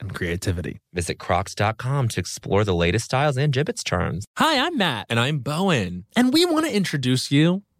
and creativity. Visit crocs.com to explore the latest styles and gibbets charms. Hi, I'm Matt. And I'm Bowen. And we want to introduce you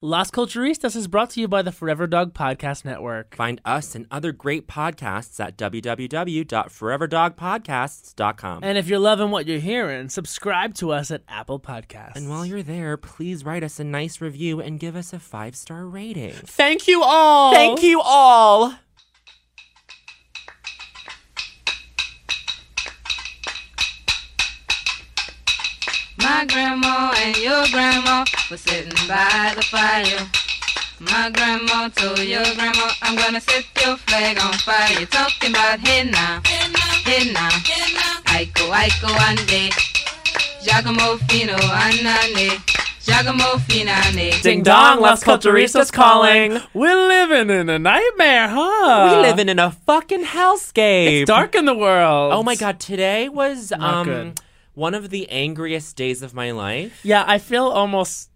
Las Culturistas is brought to you by the Forever Dog Podcast Network. Find us and other great podcasts at www.foreverdogpodcasts.com. And if you're loving what you're hearing, subscribe to us at Apple Podcasts. you're there, please write us a nice review and give us a five star rating. Thank you all. Thank you all. My grandma and your grandma were sitting by the fire. My grandma told your grandma, I'm gonna set your flag on fire. You're talking about henna, henna, Aiko, Aiko, Ande, Giacomo Fino, Anane, Giacomo Finane. Ding dong, Las Culturistas calling. We're living in a nightmare, huh? we living in a fucking hellscape. Uh, It's dark in the world. Oh my god, today was Not um good. one of the angriest days of my life. Yeah, I feel almost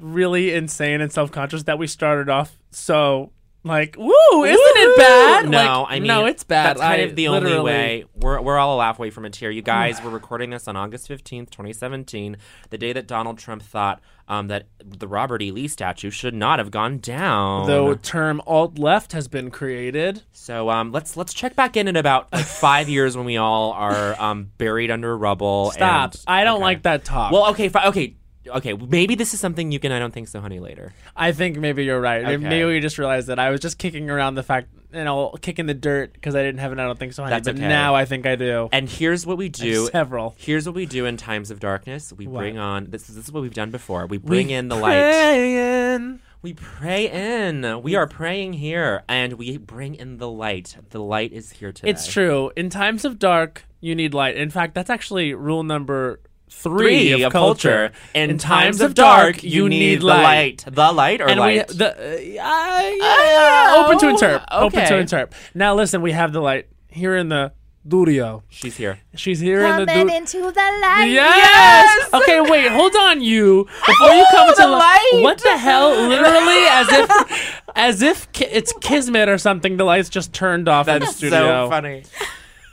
really insane and self conscious that we started off so like, woo, isn't Woo! it bad? No, Like, I mean no, it's bad. That's kind I of the only literally- way. We're we're all a laugh away from a tear. You guys, we're recording this on August fifteenth, twenty seventeen, the day that Donald Trump thought um, that the Robert E. Lee statue should not have gone down. The term alt left has been created. So um, let's let's check back in in about like five years when we all are um, buried under rubble. Stop. and- I don't okay. like that talk. Well, okay, fi- okay, okay. Maybe this is something you can. I don't think so, honey. Later. I think maybe you're right. Okay. Maybe we just realized that I was just kicking around the fact, you know, kicking the dirt because I didn't have an I don't think so. Honey, That's but okay. now I think I do. And here's what we do. Several. Here's what we do in times of darkness. We bring on this. Is, this is what we've done before. We We bring in the light. praying. We pray in. We are praying here, and we bring in the light. The light is here today. It's true. In times of dark, you need light. In fact, that's actually rule number three, Three of, culture. In, times, of dark, you need, the light. The light or And light. Ah, we the uh, yeah, yeah, open to interp. Open to okay. interp. Now listen, we have the light here in the studio. She's here. She's here in the Coming du- into the light. Yes! Okay, wait, hold on, you. Before you come into the li- light. what the hell? Literally, as if, as if ki- it's kismet or something. The lights just turned off in the That's studio. so funny.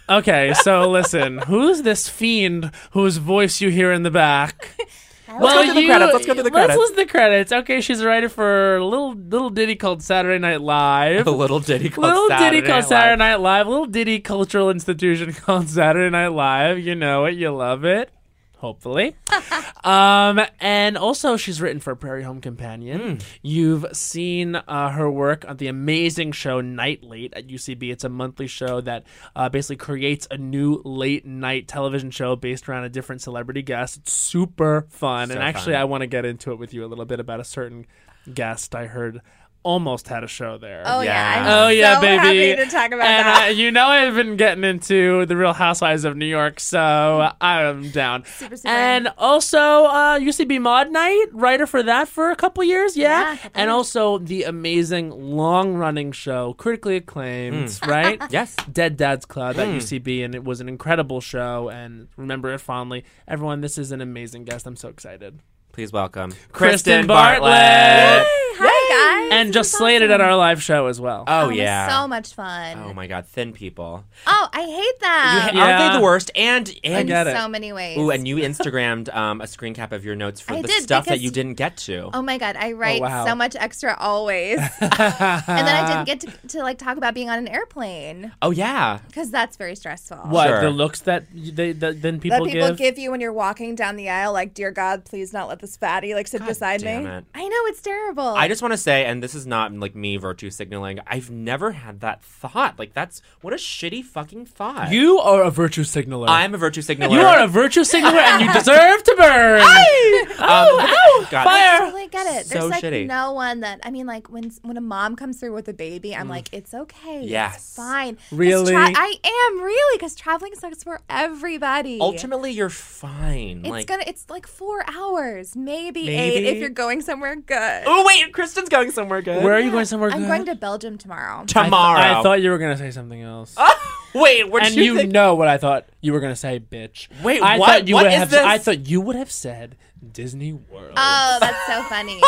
Okay, so listen, who's this fiend whose voice you hear in the back? Let's go to the credits, let's go to the Let's credits. listen to the credits. Okay, she's a writer for a little little ditty called Saturday Night Live. The little ditty called little Saturday ditty called Night Saturday Live. Night Live. Little ditty cultural institution called Saturday Night Live. You know it, you love it. hopefully. um, and also, she's written for Prairie Home Hmm. Companion. You've seen uh, her work on the amazing show Night Late at UCB. It's a monthly show that uh, basically creates a new late night television show based around a different celebrity guest. It's super fun. and actually, I want to get into it with you a little bit about a certain guest I heard almost had a show there. Oh yeah. Oh I'm yeah, so baby! Happy to talk about and, that. uh, you know I've been getting into the Real Housewives of New York, so I'm down. Super, super. And also uh, UCB Mod Night, writer for that for a couple years, yeah. Yeah. And also the amazing long-running show, critically acclaimed, right? Yes. Dead Dad's Club at UCB, and it was an incredible show, and remember it fondly. Everyone, this is an amazing guest. I'm so excited. Please welcome Kristen Bartlett. Hi guys. And just slated at our live show as well. Uh, Oh, It was yeah. So much fun. oh my God, thin people. Oh, I hate that. You ha- Yeah. Aren't they the worst? And in and get it. so many ways. ooh, and you Instagrammed um, a screen cap of your notes for I the did, stuff that because- you didn't get to. um, Oh my god, I write wow. so much extra always. and then I didn't get to, to like talk about being on an airplane Oh yeah, because that's very stressful. What Sure. the looks that y- they that then that people, people give? give. you when you're walking down the aisle, like, dear God, please not let this fatty like sit beside damn me. it. I know it's terrible. I just want to say, and this is not like me virtue signaling. I've never had that thought. Like that's what a shitty fucking thought. You are a virtue signaler. I'm a virtue signaler. Um, you are a virtue signaler, and you deserve to burn. oh, God. I Fire! totally get it. So There's like shitty. no one that I mean, like when when a mom comes through with a baby, I'm like, it's okay. Yes. it's fine. 'Cause Really? tra- I am really because traveling sucks for everybody. Ultimately, you're fine. it's like, gonna. It's like four hours, maybe, eight Maybe. if you're going somewhere good. oh wait, Kristen's going somewhere good. Where are you going somewhere? I'm good? going to Belgium tomorrow. tomorrow? I thought you were gonna say something else. Wait, what and you, you think? know what I thought you were gonna say, bitch. Wait, I what- Thought you what would is have, this? Uh, I thought you would have said Disney World. Oh, that's so funny.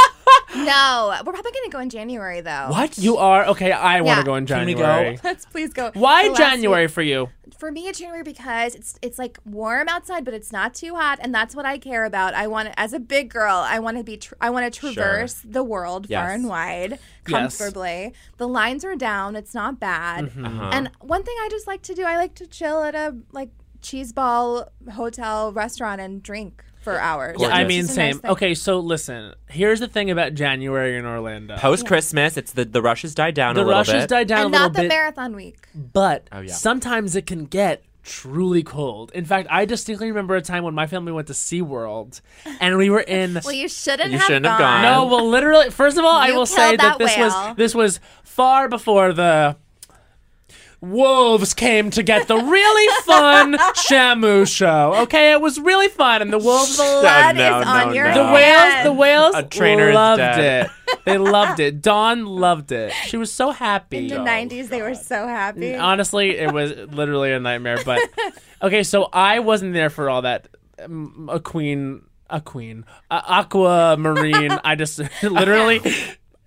no, we're probably gonna go in January though. What you are okay. I want Yeah. to go in Can we January. go? Let's please go. The Why last January for you? week- For me, it's January because it's it's like warm outside, but it's not too hot, and that's what I care about. I want, as a big girl, I want to be, tr- I want to traverse the world far Yes. and wide Yes. comfortably. The lines are down; it's not bad. Uh-huh. And one thing I just like to do, I like to chill at a like cheese ball hotel restaurant and drink for hours. Yeah, I Yes. mean, It's just a nice same. thing. okay, so listen. Here's the thing about January in Orlando. Post Christmas, it's the the rush has died down a the little rush has bit. died down and a little not the bit. marathon week. but Oh, yeah. sometimes it can get truly cold. In fact, I distinctly remember a time when my family went to SeaWorld and we were in Well, you shouldn't You have shouldn't have gone. gone. No, well literally first of all, I You will killed say that, that this was whale. this was far before the Wolves came to get the really fun Shamu show. Okay, it was really fun, and the wolves loved That no, is no, on your no. the hand. whales, the whales A trainer is loved dead. it. They loved it. Dawn loved it. She was so happy. In the 90s, they were so happy. Honestly, it was literally a nightmare. But okay, so I wasn't there for all that. Um, a queen, a queen, a aqua marine. I just literally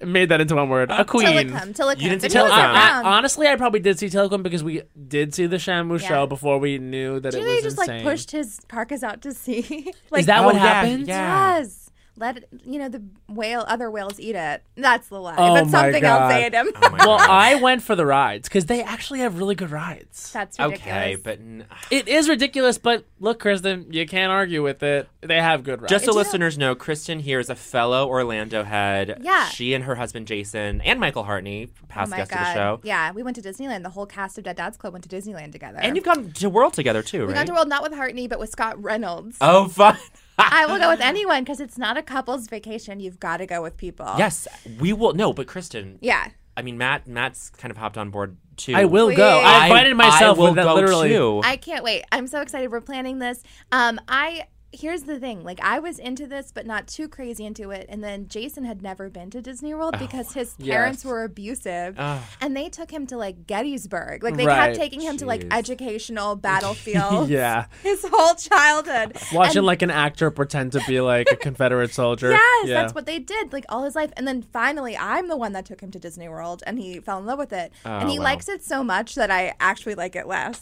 made that into one word. A queen. Telecom, telecom. You didn't But um, see Telecom. he was I- I- around. honestly, I probably did see Telecom because we did see the Shamu Yeah. show before we knew that Do it you was think he just insane. like pushed his carcass out to sea? like Is that Oh, what yeah, happened? yeah. Yes. Let it, you know the whale, other whales eat it. That's the lie. Oh but my something God. else ate him. Oh my Well, God. I went for the rides because they actually have really good rides. That's ridiculous. okay, but n- It is ridiculous, but look, Kristen, you can't argue with it. They have good rides. just so It's- listeners know, Kristen here is a fellow Orlando head. Yeah. she and her husband Jason and Michael Hartney, oh past my guest god. of the show, Yeah, we went to Disneyland. The whole cast of Dead Dad's Club went to Disneyland together. and you've gone to World together too, we right? got to World not with Hartney, but with Scott Reynolds. oh, fun. I will go with anyone because it's not a couple's vacation. You've got to go with people. yes, we will. No, but Kristen, Yeah. I mean Matt. Matt's kind of hopped on board too. I will go. I- I invited myself I will with that go literally. too. I can't wait. I'm so excited. We're planning this. Um, I here's the thing. Like I was into this, but not too crazy into it. And then Jason had never been to Disney World because his parents Oh, yes. were abusive, Ugh. and they took him to like Gettysburg. Like they Right. kept taking him to like Jeez. educational battlefields. Yeah. his whole childhood. Watching And- like an actor pretend to be like a Confederate soldier. Yes, Yeah. that's what they did, like all his life. And then finally, I'm the one that took him to Disney World, and he fell in love with it. Oh, and he wow. likes it so much that I actually like it less.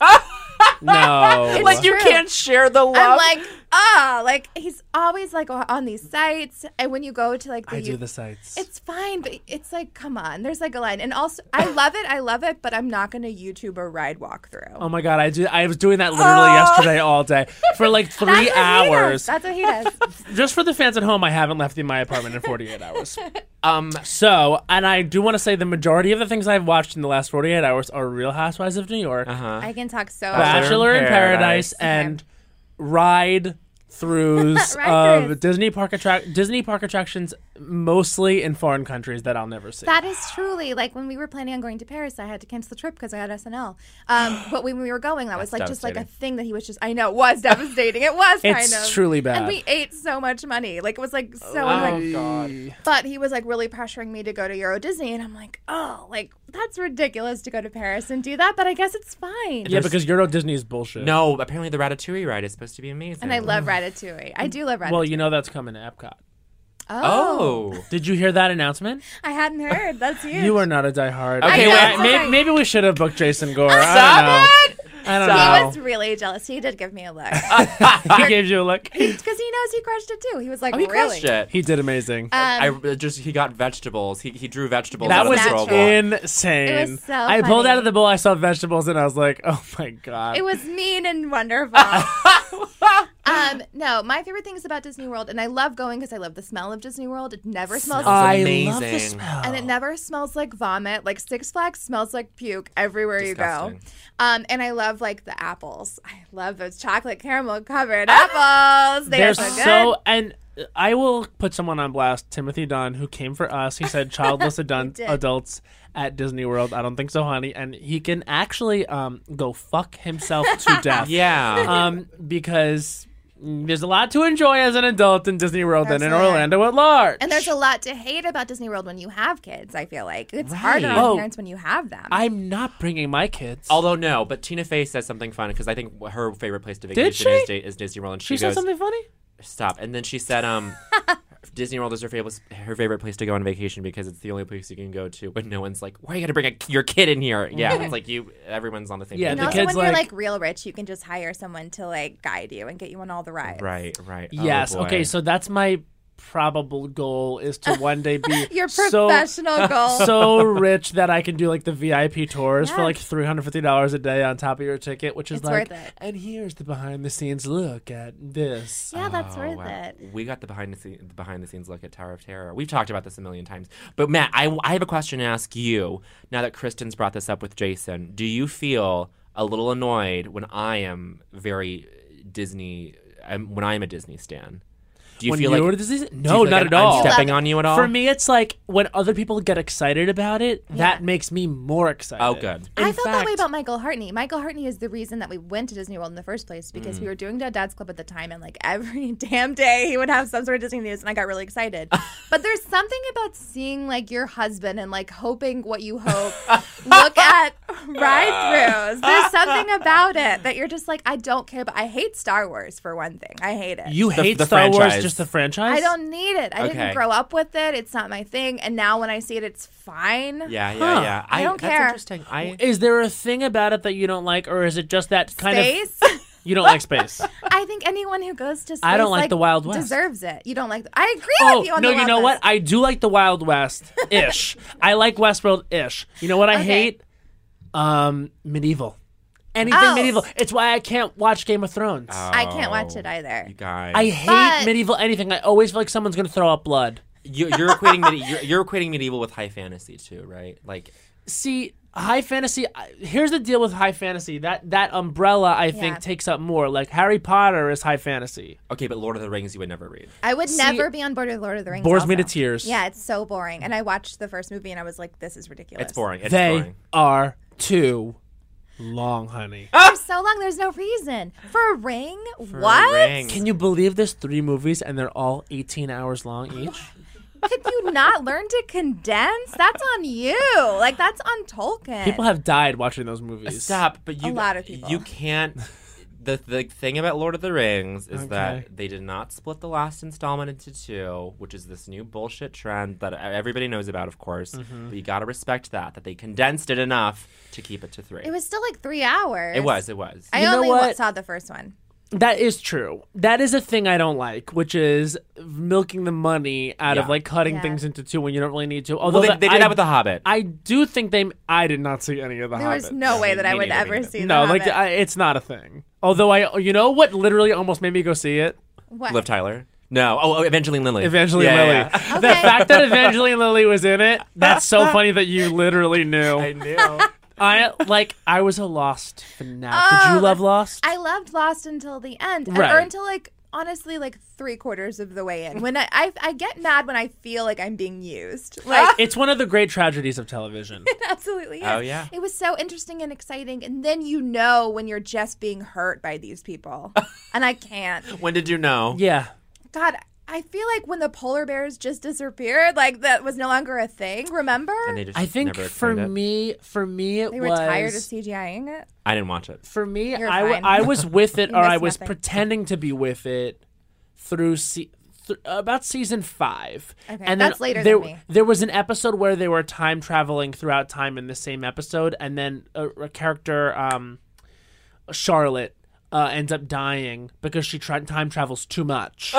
No. It's- like you True. can't share the love. I'm like, ah, like he's always like on these sites, and when you go to like the I do youth- the sites. It's fine, but it's like, come on. There's like a line, and also, I love it. I love it, but I'm not going to YouTube a ride walkthrough. Um, Oh my god, I do. I was doing that literally Oh. yesterday all day for like three hours. That's what he does. Uh-huh. Just for the fans at home, I haven't left in my apartment in 48 hours. Um, so, and I do want to say the majority of the things I've watched in the last 48 hours are Real Housewives of New York, Uh-huh. I can talk so. Bachelor in Paradise. Paradise, and ride throughs Ride-throughs. of Disney park attract Disney park attractions, mostly in foreign countries that I'll never see. That is truly like when we were planning on going to Paris, I had to cancel the trip because I had SNL. Um, but when we were going, that was like just like a thing that he was just. I know it was devastating. It was kind It's of truly bad. and we ate so much money. Like it was like so. Oh, annoying. Oh, god. But he was like really pressuring me to go to Euro Disney, and I'm like, oh, like that's ridiculous to go to Paris and do that. But I guess it's fine. Yeah, because Euro Disney is bullshit. No, apparently the Ratatouille ride is supposed to be amazing. Mm. And I love Ratatouille. I do love Ratatouille. Well, you know that's coming to Epcot. Oh. Did you hear that announcement? I hadn't heard. That's huge. You are not a diehard. Okay, I know, wait. I- may- Maybe, we should have booked Jason Gore. I Stop don't know. I don't He know. was really jealous. He did give me a look he gave you a look. because he knows he crushed it too. He was like, Oh, he really? um, crushed it. He did amazing. I uh, just he got vegetables. He he drew vegetables. that out was of the natural. bowl. insane. It was so I pulled funny. out of the bowl. I saw vegetables, and I was like, "Oh my god!" It was mean and wonderful. um, no, my favorite things about Disney World, and I love going because I love the smell of Disney World. It never smells, Smells I love the amazing. smell. and it never smells like vomit. Like Six Flags smells like puke everywhere you go. Disgusting. Um, and I love like the apples. I love those chocolate caramel covered apples. They They're are so good. so and. I will put someone on blast, Timothy Dunn, who came for us. He said childless adun- did. adults at Disney World. I don't think so, honey. And he can actually um, go fuck himself to death. Yeah. Uh, um, because there's a lot to enjoy as an adult in Disney World than in Absolutely. Orlando at large. and there's a lot to hate about Disney World when you have kids. I feel like it's harder Right. on Oh. parents when you have them. I'm not bringing my kids. Although no, but Tina Fey says something fun because I think her favorite place to vacation she? Is, Di- is Disney World, and she, she said goes something funny. stop. And then she said, um, Disney World is her favorite her favorite place to go on vacation because it's the only place you can go to when no one's like, why you got to bring a, your kid in here? Yeah, it's like you, everyone's on the same. Yeah, and page. the also, kids when you're like- like real rich, you can just hire someone to like guide you and get you on all the rides. Right, right. Oh, yes. boy. Okay. So that's my probable goal is to one day be Your so professional goal. so rich that I can do like the VIP tours for Yeah. like three hundred fifty dollars a day on top of your ticket, which is It's like. worth it. And here's the behind the scenes look at this. yeah, that's Oh, worth wow. it. We got the behind the, scene, the behind the scenes look at Tower of Terror. We've talked about this a million times. But Matt, I, I have a question to ask you now that Kristen's brought this up with Jason. Do you feel a little annoyed when I am very Disney, um, when I am a Disney stan? Do you when feel you're like a Disney- do you no, feel like not I'm- at all. I'm stepping on you at all? For me, it's like when other people get excited about it, that makes me more excited. Oh, good. In I felt that way fact- about Michael Hartney. Michael Hartney is the reason that we went to Disney World in the first place because Mm. we were doing Dad Dad's Club at the time, and like every damn day he would have some sort of Disney news, and I got really excited. but there's something about seeing like your husband and like hoping what you hope. Look at ride throughs. There's something about it that you're just like, I don't care. But I hate Star Wars for one thing. I hate it. You The- hate the Star franchise. Wars, just the franchise. I don't need it. I Okay. didn't grow up with it. It's not my thing. And now when I see it, it's fine. Yeah, yeah, Huh. yeah. I don't that's care. interesting. I Is there a thing about it that you don't like, or is it just that kind Space. of you don't like space? I think anyone who goes to space I don't like the Wild West. deserves it. You don't like. The, I agree oh with you on no, the you Wild know what? West. I do like the Wild West ish. I like Westworld ish. You know what I Okay. hate? Um, medieval. Anything Oh. medieval. It's why I can't watch Game of Thrones. I can't watch it Oh, you either. guys. I hate But- medieval anything. I always feel like someone's gonna throw up blood. you, you're equating medi- you're, you're equating medieval with high fantasy too, right? Like See, high fantasy. I- Here's the deal with high fantasy. That that umbrella, I think, Yeah. takes up more. Like Harry Potter is high fantasy. okay, but Lord of the Rings you would never read. I would See, never be on board with Lord of the Rings. bores me also. to tears. Yeah, it's so boring. And I watched the first movie and I was like, this is ridiculous. It's boring. It's They boring. are too long, honey. For so long, there's no reason for a ring. what? Ring. Can you believe there's three movies and they're all 18 hours long each? Could you not learn to condense? That's on you. Like that's on Tolkien. People have died watching those movies. Stop, but you lot of people. you can't the the thing about Lord of the Rings is Okay. that they did not split the last installment into two, which is this new bullshit trend that e, everybody knows about, of course. Mm-hmm. But you got to respect that that they condensed it enough to keep it to 3. it was still like three hours. it was, it was. I You know only what? saw the first one. That is true. That is a thing I don't like, which is milking the money out of Yeah. like cutting Yeah. things into two when you don't really need to. Although Well, they, that- they did I, that with The Hobbit. I do think they. I did not see any of the. There was Hobbits. no way that I Me would neither, me ever neither. see No, The like Hobbit. I, it's not a thing. Although I, you know what, literally almost made me go see it. What? Liv Tyler. No. Oh, oh, Evangeline Lilly. Evangeline Yeah, Lilly. yeah, yeah. The Okay. fact that Evangeline Lilly was in it, that's so funny that you literally knew. I I like I was a Lost fanatic. Did Oh, you love that's- Lost? I loved Lost until the end, and- or Right. until like honestly like three quarters of the way in. When I, I I get mad when I feel like I'm being used. Like it's one of the great tragedies of television. it absolutely. Is. Oh, yeah. It was so interesting and exciting, and then you know when you're just being hurt by these people, and I can't. knew. When did you know? yeah. God. I feel like when the polar bears just disappeared, like that was no longer a thing. Remember? And they just I think never for explained it. me, for me it They were was tired of CGIing it. I didn't watch it. for me You're I, w- fine. I was with it You or I missed was nothing. pretending to be with it through se- th- about season 5. Okay, and that's then later there, than me. There was an episode where they were time traveling throughout time in the same episode and then a, a character um Charlotte uh, ends up dying because she tra- time travels too much.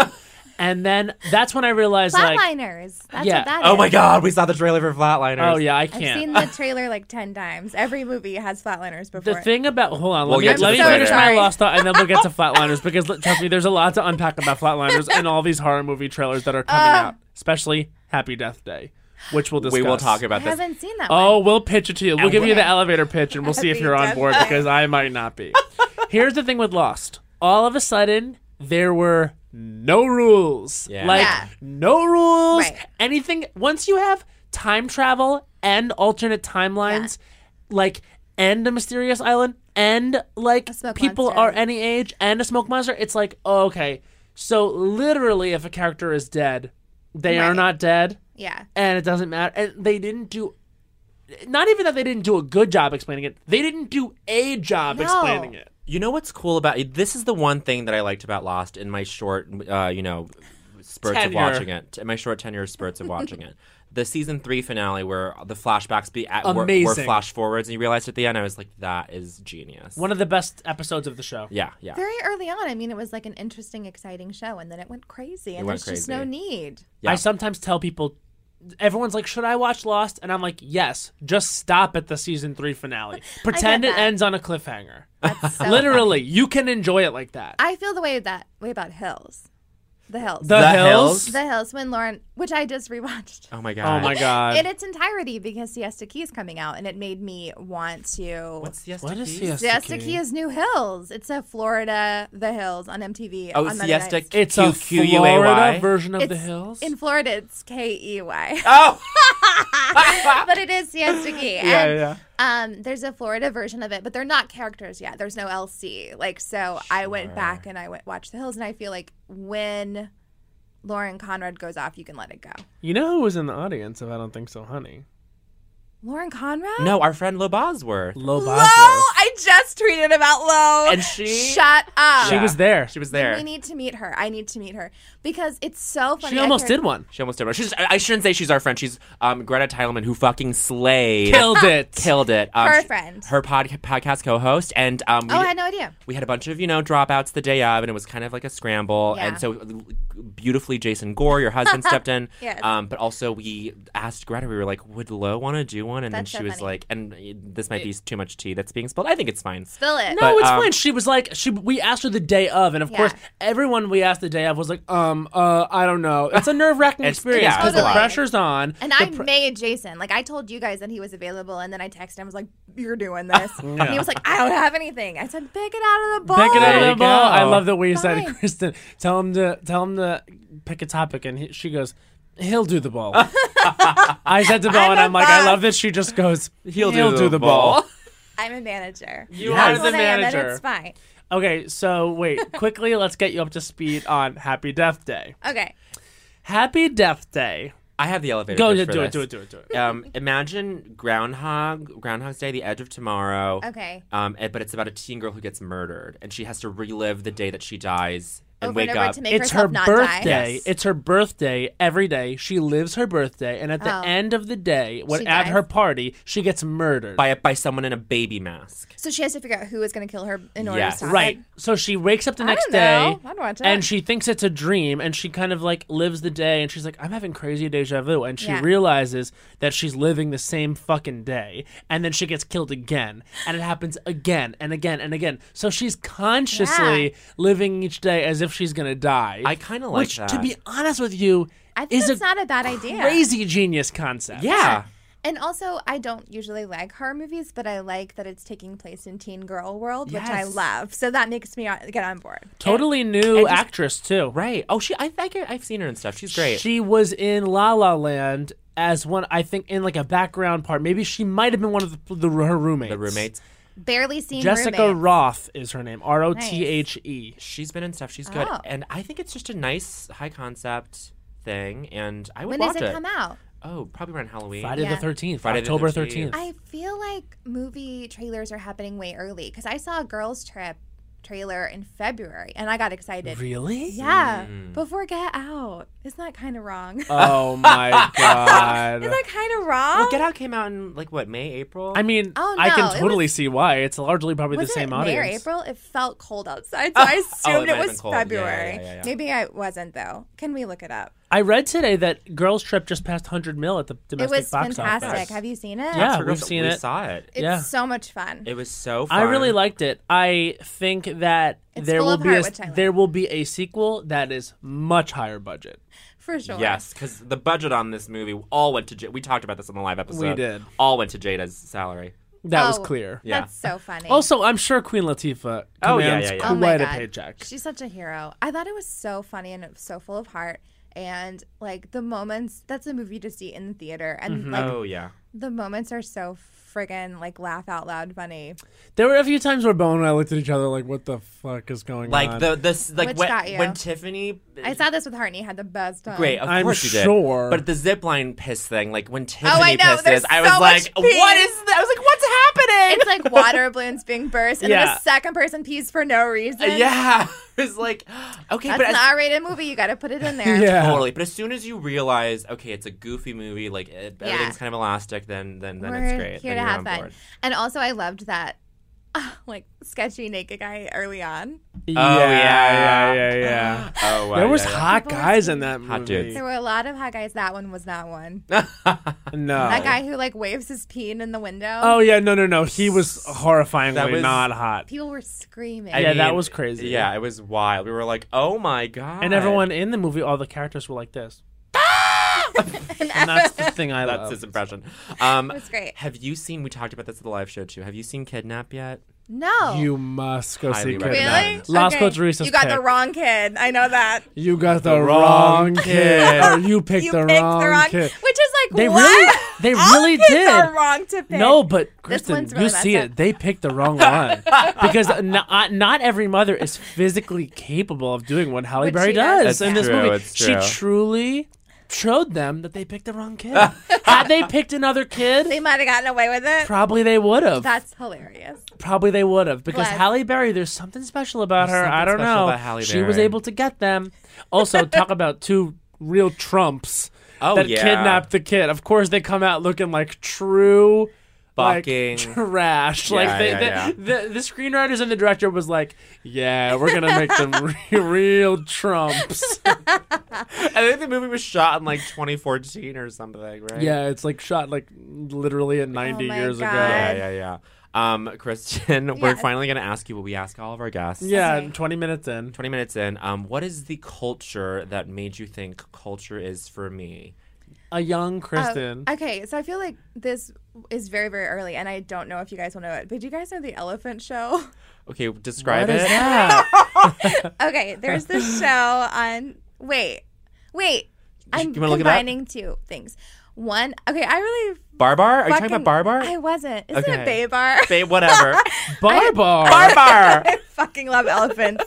and then that's when I realized like Flatliners. That's Yeah. what that is. Oh my God, we saw the trailer for Flatliners. oh yeah, I I've can't. seen the trailer like ten times. Every movie has flatliners before. The it. thing about hold on, We'll let get me, to let the me finish trailer. my Sorry. lost thought, and then we'll get to Flatliners because l- trust me, there's a lot to unpack about Flatliners and all these horror movie trailers that are coming out, especially Happy Death Day, which we'll discuss. we will talk I about this. haven't seen that one. Oh, we'll pitch it to you. We'll give you the Okay. elevator pitch, and we'll see if Happy you're on Death board Day. because I might not be. Here's the thing with Lost: all of a sudden, there were no rules. Yeah. Like Yeah. no rules. Right. Anything. Once you have time travel and alternate timelines, like and a mysterious island and like smoke people monster. are any age and a smoke monster, it's like oh, okay. So literally, if a character is dead, they are Right. not dead Yeah. and it doesn't matter. And they didn't do, not even that they didn't do a good job explaining it. They didn't do a job No. explaining it. You know what's cool about this is the one thing that I liked about Lost in my short, uh, you know, spurts Tenure. of watching it. In my short tenure spurts of watching it. The season three finale where the flashbacks be at, were, were Amazing. flash forwards, and you realized at the end, I was like, that is genius. One of the best episodes of the show. yeah, yeah. Very early on, I mean, it was like an interesting, exciting show, and then it went crazy, and went there's just no crazy. need. Yeah. I sometimes tell people, everyone's like, should I watch Lost? And I'm like, yes, just stop at the season three finale. Pretend it that. ends on a cliffhanger. That's so Literally, you can enjoy it like that. I feel the way that way about Hills, the Hills, The, The Hills. The Hills when Lauren, which I just rewatched oh my Oh god. my God. in its entirety because Siesta Key is coming out, and it made me want to. What's Siesta What is Key? Siesta Siesta Key? Key is New Hills. It's a Florida The Hills on MTV. Oh, on Monday Siesta nights. Key. It's a QQUAY? Florida version of It's The Hills. in Florida. It's K E Y, Oh, but it is Siesta Key. yeah, and yeah, yeah. Um, there's a Florida version of it, but they're not characters yet. There's no LC. Like, so I went back and I went watch The Hills, and I feel like when Lauren Conrad goes off, you can let it go. You know who was in the audience if I don't think so, honey? Lauren Conrad? no, our friend Lo Bosworth. Low Lo! I just tweeted about Lo. And she- shut up. She Yeah. was there. She was there. We need to meet her. I need to meet her because it's so funny. She I almost heard- did one. She almost did. one. She's. I I shouldn't say she's our friend. She's um, Greta Teilman, who fucking slayed, Killed it. killed it. Um, Her sh- friend. her pod- podcast co-host, and um, we, Oh, I had no idea. we had a bunch of you know dropouts the day of, and it was kind of like a scramble. Yeah. And so beautifully, Jason Gore, your husband, stepped in. Yes. Um, but also we asked Greta. We were like, "Would Lo want to do one?" And That's then she so was funny. like, "And uh, this might be too much tea that's being spilled. I think it's fine." Spill it. No, But, it's um, fine. She was like, she. We asked her the day of, and of Yeah. course, everyone we asked the day of was like, um, uh, I don't know. It's a nerve wracking It's- experience yeah, because the Totally. pressure's on. And The I pre- made Jason. Like I told you guys that he was available, and then I texted him. I was like, "You're doing this," and he was like, "I don't have anything." I said, "Pick it out of the bowl." pick it out of There the you ball. go. I love that we said, Fine. Kristen, tell him to tell him to pick a topic, and he, she goes, he'll do the ball. I said to Bell, and a I'm like, I boss. love that she just goes, he'll, do, the ball." ball. I'm a manager. You That's are the what I am, manager. and it's fine. Okay, so wait, quickly, let's get you up to speed on Happy Death Day. Okay. Happy Death Day. I have the elevator. Go pitch do, for do it, this. do it, do it, do it. um, imagine Groundhog, Groundhog's Day, The Edge of Tomorrow. Okay. Um, and- but it's about a teen girl who gets murdered, and she has to relive the day that she dies. and over wake and over up. to make it's herself her not die. birthday. Yes. It's her birthday every day. She lives her birthday, and at the Oh. end of the day, when She at dies. her party, she gets murdered. by by someone in a baby mask. So she has to figure out who is going to kill her in order Yes. to stop right. it. So she wakes up the I next don't day, know. I'd watch it. and she thinks it's a dream, and she kind of like lives the day, and she's like, "I'm having crazy deja vu," and she Yeah. realizes that she's living the same fucking day, and then she gets killed again, and it happens again and again and again. So she's consciously living each day as if she's gonna die. I kinda like which, to that. be honest with you, I think is it's a not a bad idea. crazy genius concept. Yeah. And also, I don't usually like horror movies, but I like that it's taking place in teen girl world, which I Yes. love. So that makes me on- get on board. Totally new and just- actress too. Right. Oh, she. I think I- I've seen her and stuff. She's great. She was in La La Land as one, I think, in like a background part. Maybe she might have been one of the, the her roommates. the roommates. Barely seen Jessica roommates. Roth is her name. R O T H E. She's been in stuff. She's good, Oh. and I think it's just a nice high concept thing. And I would When watch does it, come out? Oh, probably around Halloween. Friday Yeah. the thirteenth. Friday the October 13th. thirteenth. I feel like movie trailers are happening way early because I saw a girls' trip trailer in February and I got excited. Really? Yeah, before Get Out. Isn't that kind of wrong? Is Oh my god. that kind of wrong? Well, Get Out came out in like what May, April. I mean, Oh, I no, can it totally see why. It's largely probably was the same it May audience. or April? It felt cold outside, so I assumed might it have was been cold. Yeah, yeah, February. yeah, yeah, yeah. Maybe I wasn't though. Can we look it up? I read today that Girls Trip just passed hundred mil at the It domestic was box fantastic. office. Have you seen it? Yeah, For we've girls, seen we it. Saw it. It's Yeah. so much fun. It was so. fun. I really liked it. I think that It's there full will of be heart, a, which I like. there will be a sequel that is much higher budget. For sure. Yes, because the budget on this movie all went to. J- we talked about this on the live episode. did. All went to Jada's salary. That was Oh. clear. Yeah. That's so funny. Also, I'm sure Queen Latifah commands Oh, yeah, yeah, yeah. Oh my quite a God. paycheck. She's such a hero. I thought it was so funny and it was so full of heart. And like the moments, that's a movie to see in the theater. And like Oh yeah. the moments are so friggin' like laugh out loud funny. There were a few times where Bo and I looked at each other like, "What the fuck is going Like on?" the oh, this like Which when, got you? when Tiffany. I saw this with Hartney, had the best time. Great, of I'm course you did. sure. But the zip line piss thing, like when Tiffany Oh, I know, pisses, there's I was so like, much pee. "What is that?" I was like, "What's happening?" It's like water balloons being burst and then Yeah. a second person pees for no reason. yeah, it's like, okay, That's but an as, R rated movie. You got to put it in there. Yeah. totally. But as soon as you realize, okay, it's a goofy movie, like it, Yeah. everything's kind of elastic, then then then We're it's great. here then you're to have on fun. board. And also, I loved that. uh, Like sketchy naked guy early on. Oh yeah, yeah, yeah, yeah. Oh, wow, there was yeah, yeah. hot People were guys in that movie. Hot dudes. There were a lot of hot guys. That one was not one. No. That guy who like waves his peen in the window. Oh yeah, no, no, no. He was horrifyingly That was- not hot. People were screaming. I Yeah, that mean, was crazy. Yeah, it was wild. We were like, "Oh my god!" And everyone in the movie, all the characters were like this. and that's the thing I That's love. his impression. Um, It was great. Have you seen? We talked about this at the live show too. Have you seen Kidnap yet? No. You must go Highly see Kid. recommend. Oh. really? Las Culturistas You got the pick. wrong kid. I know that. You got the, The wrong wrong kid. kid. or you picked, you the, picked wrong the wrong kid. Which is like They what? really, they All really kids did. are wrong to pick. No, but Kristen, one's you really see messed it. They picked the wrong one because not, not every mother is physically capable of doing what Halle Which Berry she does. does That's in this true, movie. it's She true. truly showed them that they picked the wrong kid. Had they picked another They kid, might have gotten away with it. probably they would have. That's hilarious. Probably they would have because Bless. Halle Berry. There's something special about her. There's I don't something special know. about Halle she was Berry. able to get them. Also, talk about two real trumps Oh that yeah. kidnapped the kid. Of course, they come out looking like true like, Fucking- trash. Yeah, like they, yeah, the, The, the screenwriters and the director was like, "Yeah, we're gonna make them re- real trumps." I think the movie was shot in like 2014 or something, right? yeah, it's like shot like literally at ninety Oh my years God. ago. Yeah, yeah, yeah. Um, Kristen, we're Yes. finally gonna ask you what we ask all of our guests. Yeah, Okay. twenty minutes in. 20 minutes in. Um, what is the culture that made you think culture is for me? A young Oh, Kristen. okay, so I feel like this is very, very early, and I don't know if you guys will know it, but do you guys know the Elephant Show? Okay, describe what is it. that? okay, there's this show on. Wait, wait. I'm you wanna look it up? combining two things. One, okay, I really Barbar? Are you talking Fucking- about Barbar? I wasn't. Isn't Okay. it Bay Bar? Babe, whatever. Barbar. Barbar. I fucking love elephants.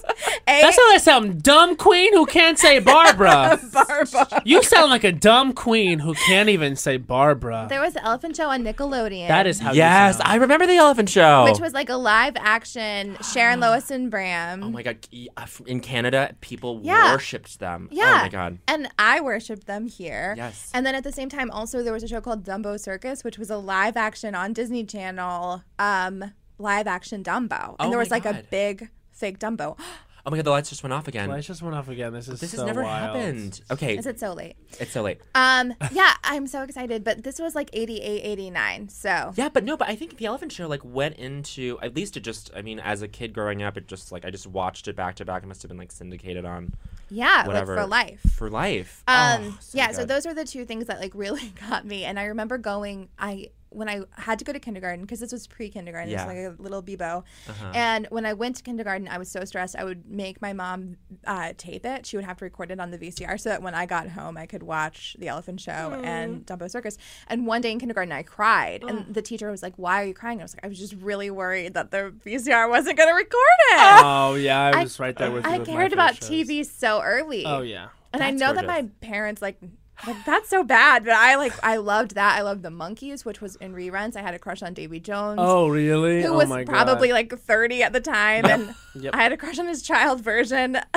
A That's how I sound, dumb queen who can't say Barbara. Barbara. you sound like a dumb queen who can't even say Barbara. There was an elephant show on Nickelodeon. that is how yes, you sound. I remember the Elephant Show. Which was like a live action Sharon Lois and Bram. Oh my god! y- uh, f- In Canada, people Yeah. worshipped them. Yeah. Oh my god. And I worshipped them here. Yes. And then at the same time, also there was a show called Dumbo Circus, which was a live action on Disney Channel, um, live action Dumbo. And Oh there was my like a God. big fake Dumbo. Oh my god! The lights just went off again. Lights just went off again. This is this has so never wild. happened. Okay, Is it so late? it's so late. Um, yeah, I'm so excited. But this was like 88, 89. So Yeah, but no, but I think the Elephant Show like went into at least it just. I mean, as a kid growing up, it just like I just watched it back to back. It must have been like syndicated on yeah, whatever like for life. For life. Um, Oh, yeah, so good. those are the two things that like really got me. And I remember going, I when I had to go to kindergarten because this was pre-kindergarten, Yeah. it was like a little bebo. Uh-huh. And when I went to kindergarten, I was so stressed. I would make my mom uh, tape it. She would have to record it on the VCR so that when I got home, I could watch The Elephant Show and Dumbo Circus. And one day in kindergarten, I cried, and the teacher was like, "Why are you crying?" I was like, "I was just really worried that the VCR wasn't going to record it." Oh yeah, I was right there with you. I with my cared first about shows. TV so early. Oh yeah. And I That's know that gorgeous. my parents like, like that's so bad, but I like I loved that. I loved the monkeys, which was in reruns. I had a crush on Davy Jones, Oh really? who oh was my probably God. like thirty at the time, and Yep. I had a crush on his child version.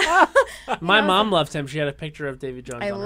My mom loved him. She had a picture of Davy Jones. I on her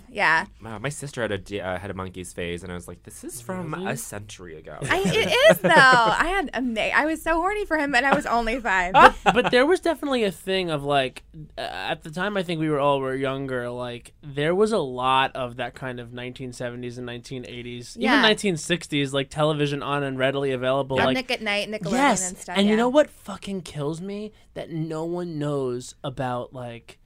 wall. yeah. Wow, my sister had a d- uh, had a monkey's phase, and I was like, "This is from a century ago." I, it is though. I had ama- I was so horny for him, and I was only five. but there was definitely a thing of like uh, at the time I think we were all were younger like there was a lot of that kind of 1970s and 1980s Yeah. even 1960s like television on and readily available On like Nick at Night, Nickelodeon, yes and stuff. you yeah. know what fucking kills me that no one knows about like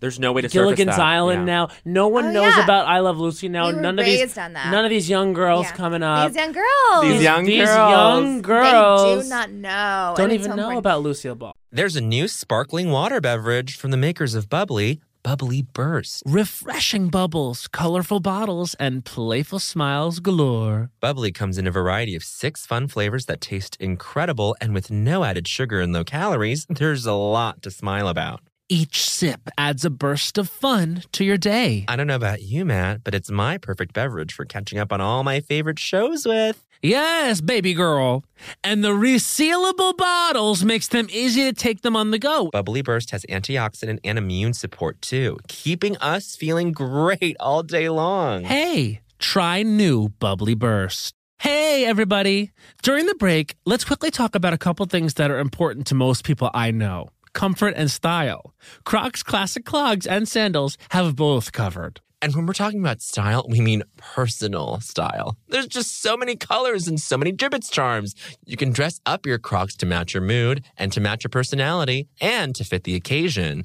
There's no way to surface Gilligan's that. Island Yeah. now no one Oh, knows yeah. about I Love Lucy now We were none of these raised on that. none of these young girls Yeah. coming up These young girls, These young these girls. young they girls do not know. don't and it's even so know important. about Lucille Ball There's a new sparkling water beverage from the makers of Bubbly, Bubbly Burst. Refreshing bubbles, colorful bottles, and playful smiles galore. Bubbly comes in a variety of six fun flavors that taste incredible, and with no added sugar and low calories, there's a lot to smile about. Each sip adds a burst of fun to your day. I don't know about you, Matt, but it's my perfect beverage for catching up on all my favorite shows with. Yes, baby girl. And the resealable bottles makes them easy to take them on the go. Bubbly Burst has antioxidant and immune support too, keeping us feeling great all day long. Hey, try new Bubbly Burst. Hey, everybody. During the break, let's quickly talk about a couple things that are important to most people I know comfort and style. Crocs classic clogs and sandals have both covered. And when we're talking about style, we mean personal style. There's just so many colors and so many gibbets charms. You can dress up your crocs to match your mood and to match your personality and to fit the occasion.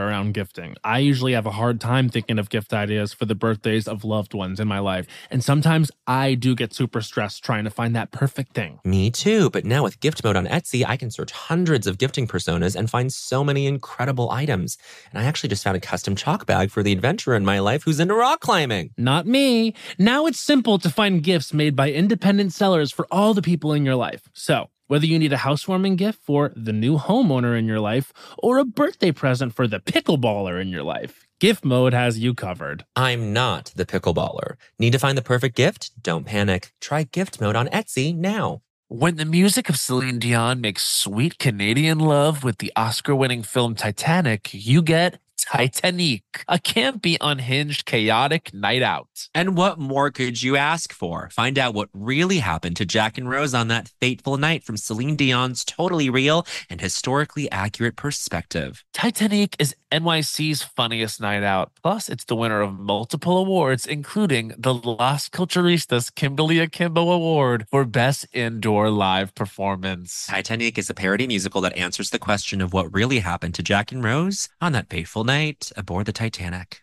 around gifting. I usually have a hard time thinking of gift ideas for the birthdays of loved ones in my life. And sometimes I do get super stressed trying to find that perfect thing. Me too, but now with gift mode on Etsy, I can search hundreds of gifting personas and find so many incredible items. And I actually just found a custom chalk bag for the adventurer in my life who's into rock climbing. Not me. Now it's simple to find gifts made by independent sellers for all the people in your life. So, whether you need a housewarming gift for the new homeowner in your life or a birthday present for the pickleballer in your life, Gift mode has you covered. I'm not the pickleballer. Need to find the perfect gift? Don't panic. Try gift mode on Etsy now. When the music of Celine Dion makes sweet Canadian love with the Oscar winning film Titanic, you get Titanic, a campy, unhinged, chaotic night out. And what more could you ask for? Find out what really happened to Jack and Rose on that fateful night from Celine Dion's totally real and historically accurate perspective. Titanic is NYC's funniest night out. Plus, it's the winner of multiple awards, including the Las Culturistas Kimberly Akimbo Award for Best Indoor Live Performance. Titanic is a parody musical that answers the question of what really happened to Jack and Rose on that fateful night aboard the Titanic.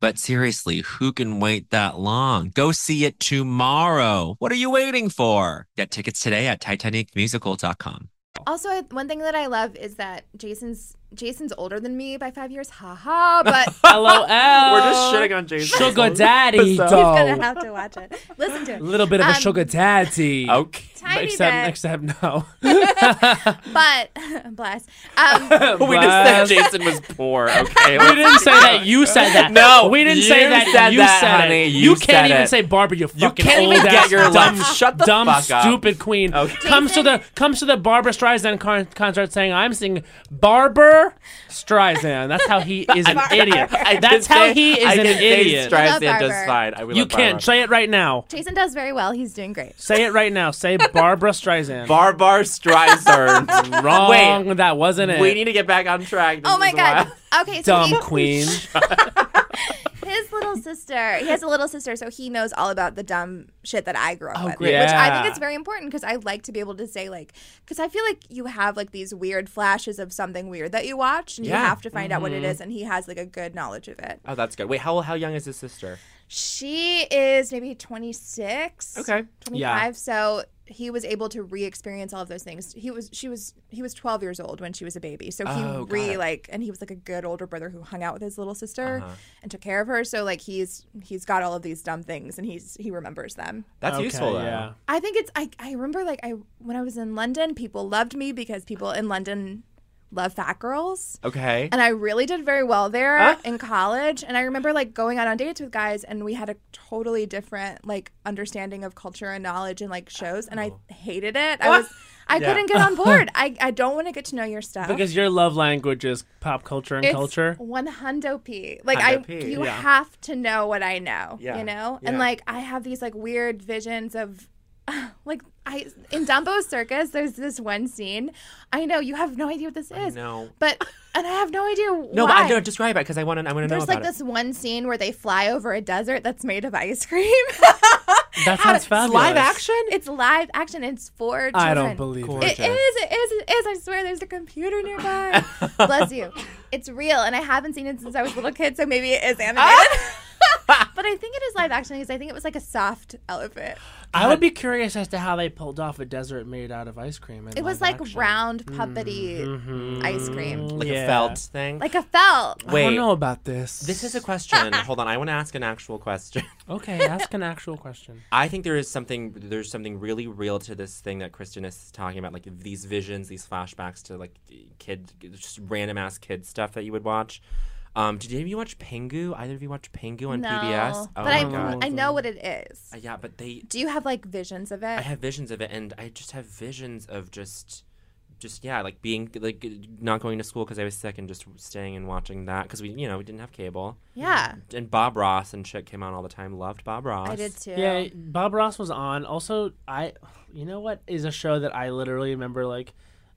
But seriously, who can wait that long? Go see it tomorrow. What are you waiting for? Get tickets today at TitanicMusical.com. Also, I- one thing that I love is that Jason's Jason's older than me by five years. Ha ha! But LOL. We're just shitting on Jason. Sugar daddy he's gonna have to watch it. Listen to A it. Oh. little bit of a Um, sugar daddy. Oh, Okay. Tiny except, bit. except no. But bless. Um, we just said Jason was poor. Okay. We didn't say that. You said that. No, we didn't you say that. said you that, said honey. it. You can't said even it. say Barbara. You fucking can't old even ass get your dumb, life- Shut the dumb, fuck up. stupid queen. Okay. Comes to the comes to the Barbara Streisand con- concert saying, "I'm singing Barbara Streisand." That's how he is an idiot. That's how he is I an did say idiot. Streisand Love Barbara. does fine. I, we You love Barbara. can't say it right now. Jason does very well. He's doing great. Say it right now. Say Barbara Streisand. Barbara Streisand. Wrong. that wasn't it. we need to get back on track. This Oh my is god. wild. Okay, so dumb he- queen. his little sister. He has a little sister, so he knows all about the dumb shit that I grew up with. Oh, great. Which I Yeah. think is very important because I like to be able to say like, because I feel like you have like these weird flashes of something weird that you watch, and you Yeah. have to find out what Mm-hmm. it is, and he has like a good knowledge of it. Oh, that's good. Wait, how how young is his sister? She is maybe 26. Okay. 25. Yeah. So he was able to re-experience all of those things. He was she was he was 12 years old when she was a baby. So he Oh, got re it. Uh-huh. like and he was like a good older brother who hung out with his little sister and took care of her. So like he's he's got all of these dumb things and he's he remembers them. That's Okay, useful. Though. Yeah. I think it's I I remember like I when I was in London, people loved me because people in London love fat girls. Okay. And I really did very well there in college. And I remember like going out on dates with guys, and we had a totally different like understanding of culture and knowledge and like shows. And I Oh. hated it. I was I couldn't get on board. I I don't want to get to know your stuff Because your love language is pop culture and it's culture. One hundo p. Like Hundo I, P, you yeah. have to know what I know. Yeah, You know, and yeah. like I have these like weird visions of. Like I in Dumbo's circus, there's this one scene. I know you have no idea what this is, know. but and I have no idea No, why. but I don't describe it because I want to. I want to know There's about like it. this one scene where they fly over a desert that's made of ice cream. That sounds It's fabulous. live action. it's live action. It's for children. I don't believe it. It is. It is. It is. I swear, there's a computer nearby. Bless you. It's real, and I haven't seen it since I was a little kid, so maybe it is animated. but I think it is live action because I think it was like a soft elephant. I would be curious as to how they pulled off a desert made out of ice cream. in It was live like action. round puppety Mm-hmm. ice cream, like Mm, Yeah. a felt thing. like a felt. I Wait. don't know about this. This is a question. Hold on, I want to ask an actual question. okay. Ask an actual question. I think there is something there's something really real to this thing that Kristen is talking about, like these visions, these flashbacks to like kid, just random ass kid stuff that you would watch. Um, did any of you watch Pingu? Either of you watch Pingu on no, PBS? Oh but my I god! I know what it is. Uh, yeah, but they Do you have like visions of I it? have visions of it, and I just have visions of just, just yeah, like being like not going to school because I was sick and just staying and watching that because we, you know, we didn't have cable. yeah, And Bob Ross and shit came on all the time. Loved Bob Ross. I did too. Yeah, Bob Ross was on. Also, I, you know what is a show that I literally remember like.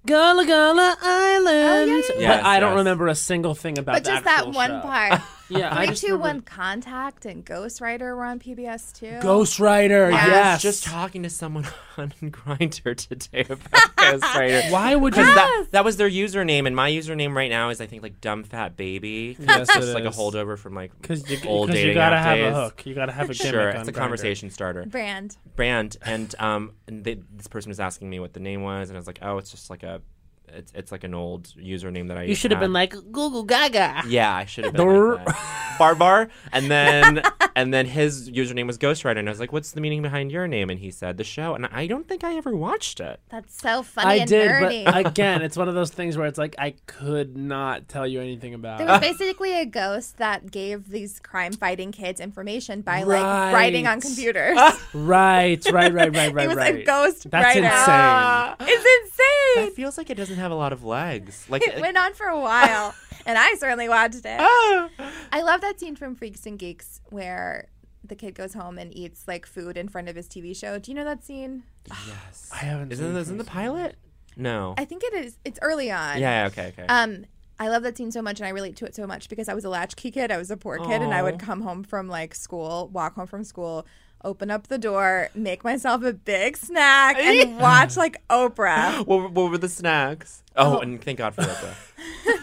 Gullah Gullah Island, yeah, but yeah. I Yes, don't yes. remember a single thing about. But the just that actual one show. part. Yeah, I Three, just two, remember- one, Contact and Ghost Rider were on PBS too. Ghost Rider. I was I Yes. was just talking to someone on Grinder today about Ghost Rider. Why would you? Because that, that was their username, and my username right now is I think like dumb fat baby. Yes, It's just it like is. a holdover from like Because you, 'cause old you dating gotta app have days. a hook. You gotta have a gimmick. Sure, on it's a Grindr. conversation starter Brand. brand, and um, and they, this person was asking me what the name was, and I was like, oh, it's just like a, it's, it's like an old username that I. You should have been like Google Gaga. Yeah, I should have been like that. Barbar, and then and then his username was Ghostwriter, and I was like, "What's the meaning behind your name?" And he said, "The show." And I don't think I ever watched it. That's so funny I and did, nerdy. but again, it's one of those things where it's like I could not tell you anything about. There it. was basically a ghost that gave these crime fighting kids information by like writing on Right. computers. right, right, right, right, right, it was right. a ghost That's writer. insane. It's That insane. feels like it doesn't have a lot of legs. Like ah! It went on for a while, and I certainly watched it. I love that scene from Freaks and Geeks where the kid goes home and eats like food in front of his TV show. Do you know that scene? yes, I haven't Isn't seen this in the Frozen. pilot? No. I think it is. It's early on. yeah. yeah, Okay. Okay. Um, I love that scene so much, and I relate to it so much because I was a latchkey kid. I was a poor kid, and I would come home from like school, walk home from school, open up the door, make myself a big snack, and watch like Oprah. what, were- what were the snacks? Oh, and thank God for Oprah.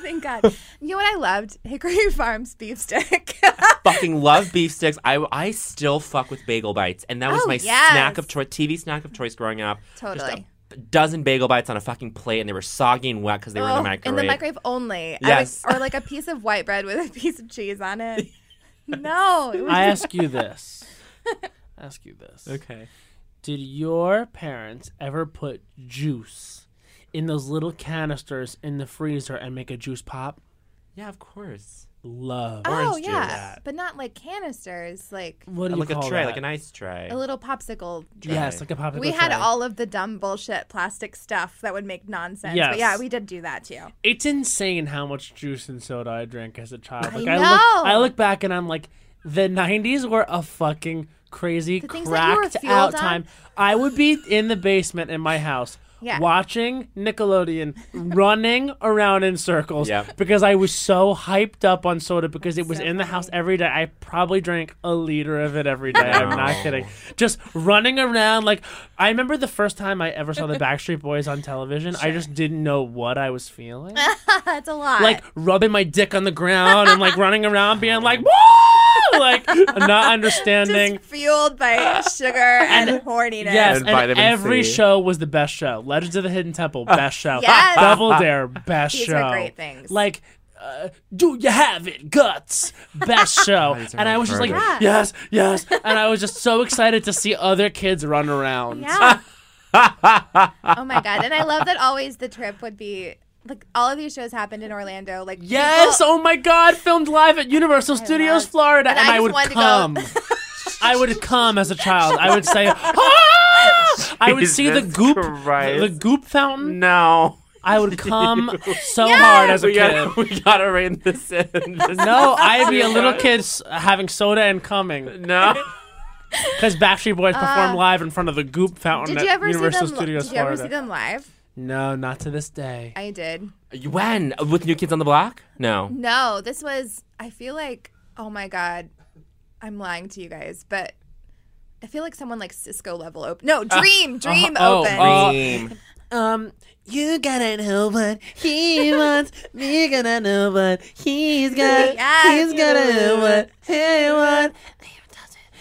Thank God. You know what I loved? Hickory Farms beef stick. Fucking love beef sticks. I, I still fuck with bagel bites, and that was Oh, my yes. snack of choice, TV snack of choice growing up. Just Totally. a dozen bagel bites on a fucking plate, and they were soggy and wet because they were in the Oh, microwave. only. I Yes. would- or like a piece of white bread with a piece of cheese on it. No, it was I ask you this. ask you this. Okay. Did your parents ever put juice in those little canisters in the freezer and make a juice pop? Yeah, of course. Love. oh orange juice. yeah, but not like canisters, like What do you Like a call tray, that? like an ice tray. a little popsicle. Yes, like a popsicle. We had tray. all of the dumb bullshit plastic stuff that would make nonsense. Yes. But yeah, we did do that too. It's insane how much juice and soda I drank as a child. I Like know. look, I look back and I'm like, the '90s were a fucking crazy The things that you were cracked fueled out on. time. I would be in the basement in my house. Yeah. Watching Nickelodeon, running around in circles Yeah. because I was so hyped up on soda because it was in the house every day. I probably drank a liter of it every day. I'm not No. kidding. Just running around like I remember the first time I ever saw the Backstreet Boys on television. I just didn't know what I was feeling That's a lot. like rubbing my dick on the ground and like running around being like woo like not understanding just fueled by sugar and, horniness. yes And and vitamin every C. show was the best show legends of the hidden temple best show Yes. double dare best These show were great things. like uh, do you have it guts best show these are and my i was just like favorite. yes yes and i was just so excited to see other kids run around Yeah. oh my god! And I love that always the trip would be like all of these shows happened in Orlando. Like Yes! people- oh my God! Filmed live at Universal Studios, loved- Florida, and, I I, just would wanted to go- come. I would come as a child. I would say, "Ah!" I would see the Jesus goop, Christ. the goop fountain. Mm-hmm. no. I would Um, come so hard as a We kid. gotta, we gotta rein this in. This- No, I'd be a little kid s- having soda and coming No. because Backstreet Boys performed live in front of the Goop Fountain Did you at ever Universal see them? Studios, did you ever Florida. see them live? No, not to this day. I did. When? With New Kids on the Block? No. No, this was. I feel like. Oh my god, I'm lying to you guys, but I feel like someone like Cisco level open. No, Dream, Dream oh, open. oh. Uh, Dream. Um, you gotta know what he wants. Me gonna know what he's got. Yes. He's gonna know what he wants.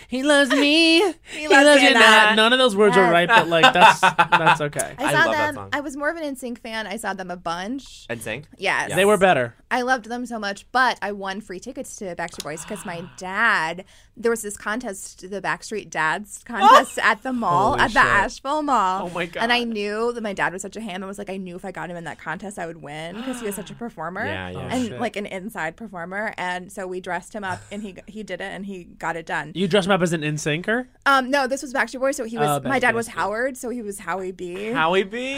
He loves me. He loves me you not. None of those words are Yes. right, but like that's that's okay. I I saw love that them. song. Uh, I was more of an NSYNC fan. I saw them a bunch. And sing. Yes. They were better. I loved them so much, but I won free tickets to Backstreet Boys because my dad. There was this contest, the Backstreet Dads contest at the mall, Holy at the shit. Asheville Mall. Oh my God. And I knew that my dad was such a ham. I was like, I knew if I got him in that contest, I would win because he was such a performer. Yeah, yeah. And shit. like an inside performer, and so we dressed him up, and he he did it, and he got it done. You dress him up as an insinker. Um, no, this was Backstreet Boys, so he Oh, was. my Backstreet dad was Boys. Howard, so he was Howie B. Howie B.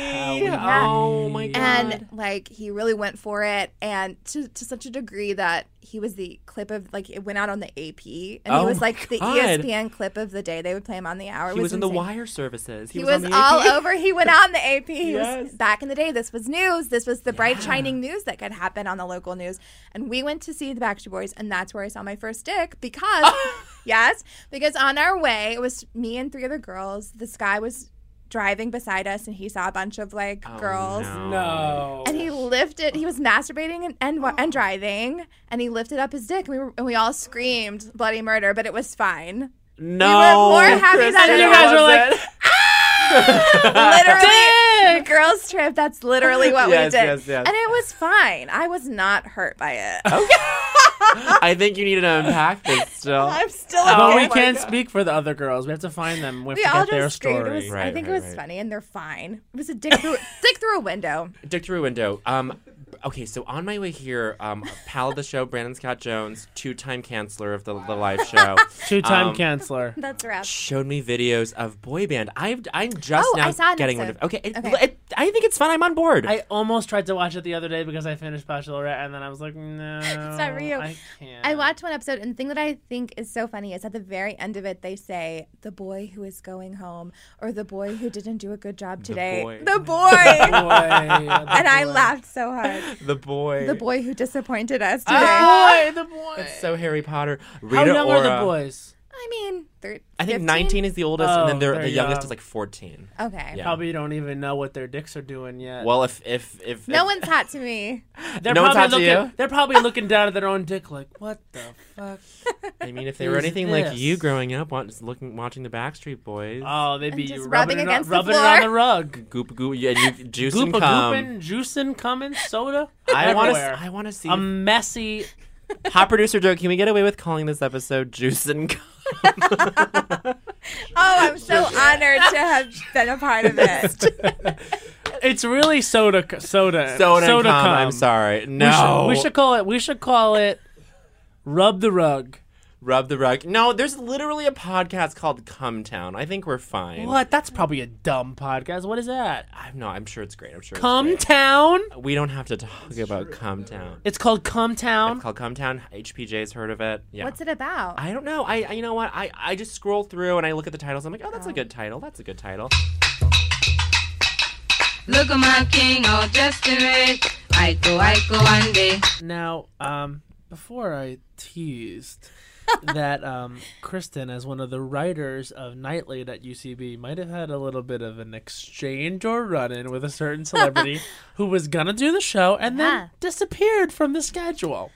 Oh my God. and like he really went for it and to, to such a degree that he was the clip of like it went out on the AP and Oh he was my like the E God. ESPN clip of the day. They would play him on the hour. It He was in the insane. wire services. He, He, was, on the all AP. over. He went on the AP. He Yes. was back in the day. This was news. This was the bright shining news that could happen on the local news. And we went to see the Backstreet Boys, and that's where I saw my first dick because yes, because on our way it was me and three other girls. This guy was driving beside us, and he saw a bunch of like Oh, girls. No. And he lifted. He was masturbating and, and Oh. and driving, and he lifted up his dick, and we were, and we all screamed bloody murder, but it was fine. No. we were more happy that And it you was guys were like, literally the girls trip. That's literally what Yes, we did, yes, yes. and it was fine. I was not hurt by it. I think you need to unpack this still. I'm still Oh but okay. we can't speak for the other girls. We have to find them. We have We to all get just their screamed. It story. was, I Right, think right, it was right. funny, and they're fine. It was a dick through dick through a window. Dick through a window. Um, okay, so on my way here, um, pal of the show, Brandon Scott Jones, two-time canceller of the, the live show, Two-time Um, canceller. That's a wrap. showed me videos of boy band. I've, I'm just Oh, now I saw an getting one of. episode. Okay, it, Okay. It, I think it's fun. I'm on board. I almost tried to watch it the other day because I finished Bachelorette, and then I was like, no, it's not for you. I can't. I watched one episode, and the thing that I think is so funny is at the very end of it, they say the boy who is going home, or the boy who didn't do a good job boy. today, the boy. and and I laughed so hard. the boy. The boy who disappointed us today. Ah! The boy, the boy. It's so Harry Potter. Rita How young Ora. are the boys? I mean, thir- I think 15? 19 is the oldest, Oh, and then they're- there the you youngest go. is like 14. Okay. Yeah. Probably don't even know what their dicks are doing yet. Well, if if if No if- one's hot to me. they're no one's probably hot to looking. you? They're probably looking down at their own dick, like, what the fuck? I mean, if they were Is anything like this? you growing up, wa- just looking, watching the Backstreet Boys, Oh, they'd be just rubbing, rubbing it, on, against the rubbing it floor. on the rug. goop goop, yeah, and you juice and Goopa cum. gooping, juicing, coming, soda. I want everywhere. Um, to. I want to see. a messy Hot producer Joe, can we get away with calling this episode "Juice and"? Cum? Oh, I'm so honored to have been a part of it. It's really soda, c- soda, Soda, and cum, cum. I'm sorry. We should- No, we should, call it. We should call it. Rub the rug. rub the rug. No, there's literally a podcast called "Cum Town." I think we're fine. What? That's probably a dumb podcast. What is that? I'm no. I'm sure it's great. I'm sure. Cum It's Town. great. We don't have to talk about Cum Town. It's called Cum Town. It's called Cum Town. HPJ's heard of it. Yeah. What's it about? I don't know. I, I you know what? I, I just scroll through and I look at the titles. I'm like, oh, that's a good title. That's a good title. Look at my king, oh Justin Red. I go, I go one day. now, um, before I teased that um, Kristen, as one of the writers of Nightly at UCB, might have had a little bit of an exchange or run-in with a certain celebrity who was gonna do the show and Yeah. then disappeared from the schedule.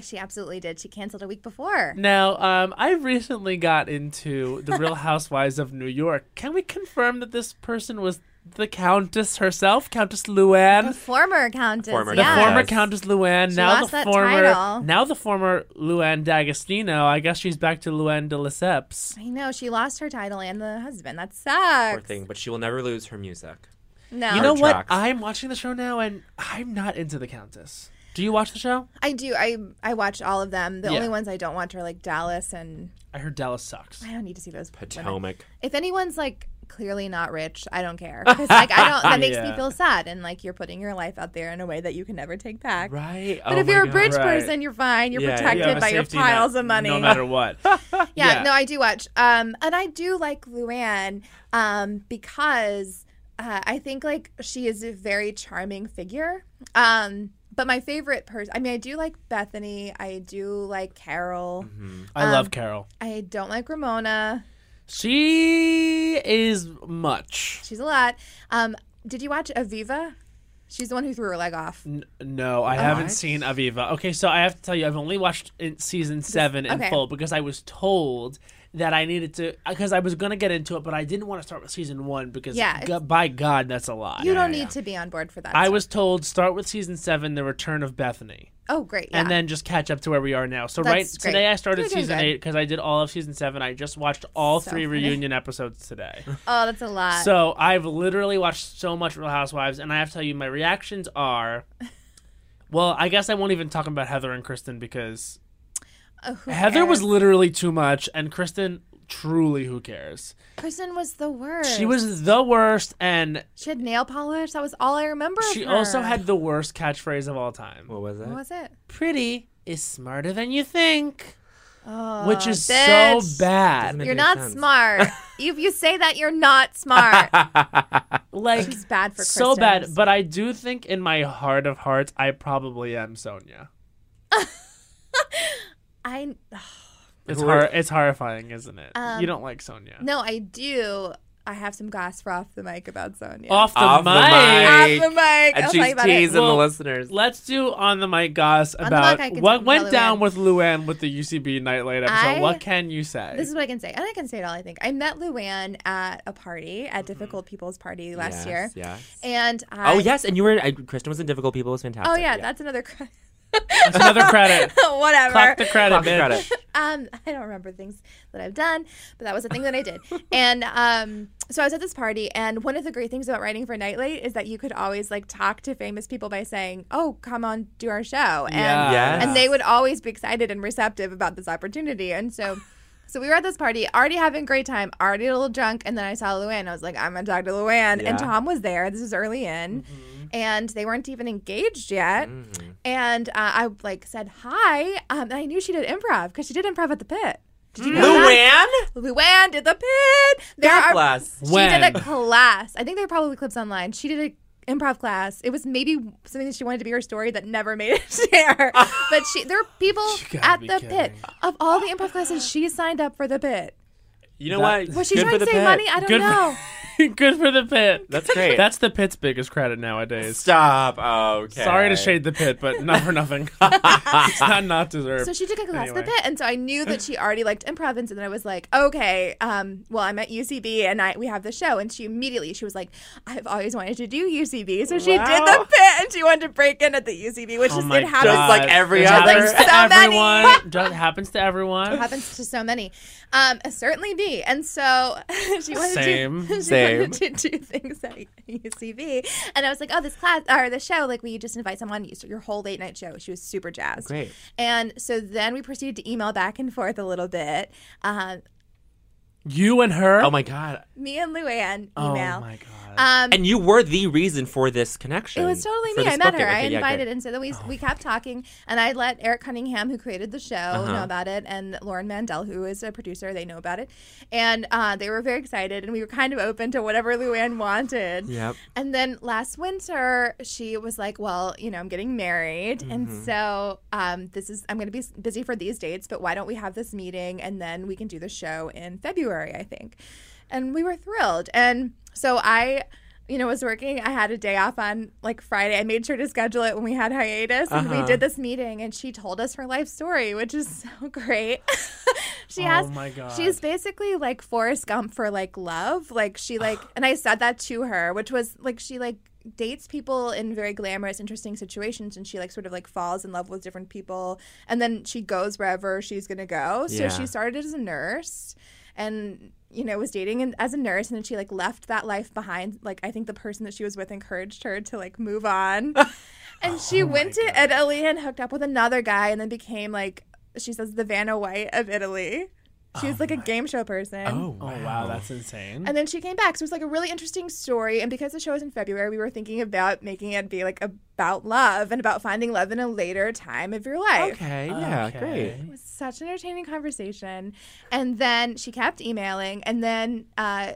She absolutely did. She canceled a week before. Mm. Now, um, I recently got into the Real Housewives of New York. Can we confirm that this person was the Countess herself, Countess The Luann? former countess. Former yeah. countess. Former Yes. Countess Luann, now lost the that former, title. now the former Luann D'Agostino. I guess she's back to Luann de Lesseps. I know she lost her title and the husband. That sucks. Poor thing, but she will never lose her music. No, You know what? tracks. I'm watching the show now, and I'm not into the Countess. Do you watch the show? I do. I I watch all of them. The Yeah. only ones I don't watch are like Dallas and I heard Dallas sucks. I don't need to see those. women. Potomac. If anyone's like clearly not rich, I don't care. 'Cause, like I don't. That makes Yeah. me feel sad. And like you're putting your life out there in a way that you can never take back. Right. But Oh if my you're a God. rich Right. person, you're fine. You're Yeah, protected yeah. by your piles of money. no matter what. yeah, Yeah. no, I do watch. Um, and I do like Luann um, because uh, I think like she is a very charming figure. Um, but my favorite person, I mean, I do like Bethany. I do like Carol. I um, love Carol. I don't like Ramona. She is much. She's a lot. Um, did you watch Aviva? She's the one who threw her leg off. N- no, I haven't seen Aviva. Okay, so I have to tell you, I've only watched in season seven in okay. full because I was told that I needed to, because I was going to get into it, but I didn't want to start with season one because, Yeah, go- it's- by God, that's a lot. You don't need to be on board for that. I stuff. was told start with season seven, The Return of Bethany, Oh, great. Yeah. and then just catch up to where we are now. So, That's right great. today, I started You're doing season good. eight because I did all of season seven. I just watched all So three funny. reunion episodes today. oh, that's a lot. So I've literally watched so much Real Housewives, and I have to tell you, my reactions are. Well, I guess I won't even talk about Heather and Kristen because Uh, who Heather was cares? literally too much, and Kristen truly, who cares? Kristen was the worst. She was the worst, and She had nail polish. That was all I remember. of she her. also had the worst catchphrase of all time. What was it? What was it? Pretty is smarter than you think, Oh, which is bitch. so bad. Doesn't You're Make not sense. smart. if you say that, you're not smart. Like She's bad for so Kristen. bad. But I do think in my heart of hearts, I probably am Sonia. I It's Who are- hor- it's horrifying, isn't it? Um, you don't like Sonia. no, I do. I have some gossip off the mic about Sonia. Off the Off the mic. mic. Off the mic. I'll and tell you she's about it. teasing the Well, listeners. Let's do on the mic goss the mic, about I can what talk went about down Luann. with Luann with the UCB nightlight episode. I- what can you say? This is what I can say, and I can say it all. I think I met Luann at a party at Mm-hmm. Difficult People's Party last Yes, year, Yes. and I, oh yes, and you were. I, Kristen was in difficult people. It was fantastic. oh yeah, that's another cr- That's another credit. whatever. Clock the credit, Clock the bitch. credit. um, I don't remember things that I've done, but that was a thing that I did. and um, so I was at this party, and one of the great things about writing for Nightlight is that you could always like talk to famous people by saying, "Oh, come on, do our show," and Yeah. Yes. and they would always be excited and receptive about this opportunity. And so, so we were at this party, already having a great time, already a little drunk, and then I saw Luann. I was like, "I'm gonna talk to Luann," Yeah. Mm-hmm. and Tom was there. This was early in. And they weren't even engaged yet Mhm. and uh, I like said hi. Um, and I knew she did improv because she did improv at the pit. Did you know that? Luann. Luann did the pit. There are- Bless. she did When? a class. I think there are probably clips online. She did a improv class. It was maybe something that she wanted to be her story that never made it there. but she, there are people gotta at be the pit kidding. of all the improv classes she signed up for the pit. You know That- what? Was she Good for trying to the save pit. money? I don't Good for- know. Good for the pit. That's great. That's the pit's biggest credit nowadays. Stop. Okay. Sorry to shade the pit, but not for nothing. it's not not deserved. So she took a class at the Anyway. pit, and so I knew that she already liked improv, and so then I was like, okay, um, well, I'm at UCB, and I we have the show, and she immediately she was like, I've always wanted to do UCB, so she did Wow. the pit, and she wanted to break in at the UCB, which Oh is my it happens God. like every It other- happens to So many. everyone. Just happens to everyone. happens to so many. Um, certainly be. And so she wanted Same, to she same. wanted to do things at UCB, and I was like, oh, this class or the show, like, will you just invite someone? You- Your whole late night show. She was super jazzed. Great. And so then we proceeded to email back and forth a little bit. Um, You and her. Oh my god. me and Luann Oh email. my god. Um, And you were the reason for this connection. it was totally for me. this I met booking. her. I Okay, yeah, Oh. invited, great. and so then we we kept talking, and I let Eric Cunningham, who created the show, Uh-huh. know about it, and Lauren Mandel, who is a producer, they know about it, and uh, they were very excited, and we were kind of open to whatever Luann wanted. Yep. And then last winter, she was like, "Well, you know, I'm getting married, Mm-hmm. and so um, this is I'm going to be s- busy for these dates, but why don't we have this meeting and then we can do the show in February, I think." And we were thrilled. And so I, you know, was working. I had a day off on like Friday. I made sure to schedule it when we had hiatus, and we Uh-huh. did this meeting. And she told us her life story, which is so great. she has Oh my god. She's basically like Forrest Gump for like love. Like she like, and I said that to her, which was like she like dates people in very glamorous, interesting situations, and she like sort of like falls in love with different people, and then she goes wherever she's gonna go. So Yeah. she started as a nurse, and you know was dating and as a nurse, and then she like left that life behind. Like I think the person that she was with encouraged her to like move on. Oh And she went to Italy and hooked up with another guy and then became like she says the Vanna White of Italy. She was like a game show person. Oh Oh wow, that's insane. And then she came back. So it was like a really interesting story. And because the show was in February, we were thinking about making it be like about love and about finding love in a later time of your life. Okay. Yeah. Okay. Great. It was such an entertaining conversation. And then she kept emailing. And then uh,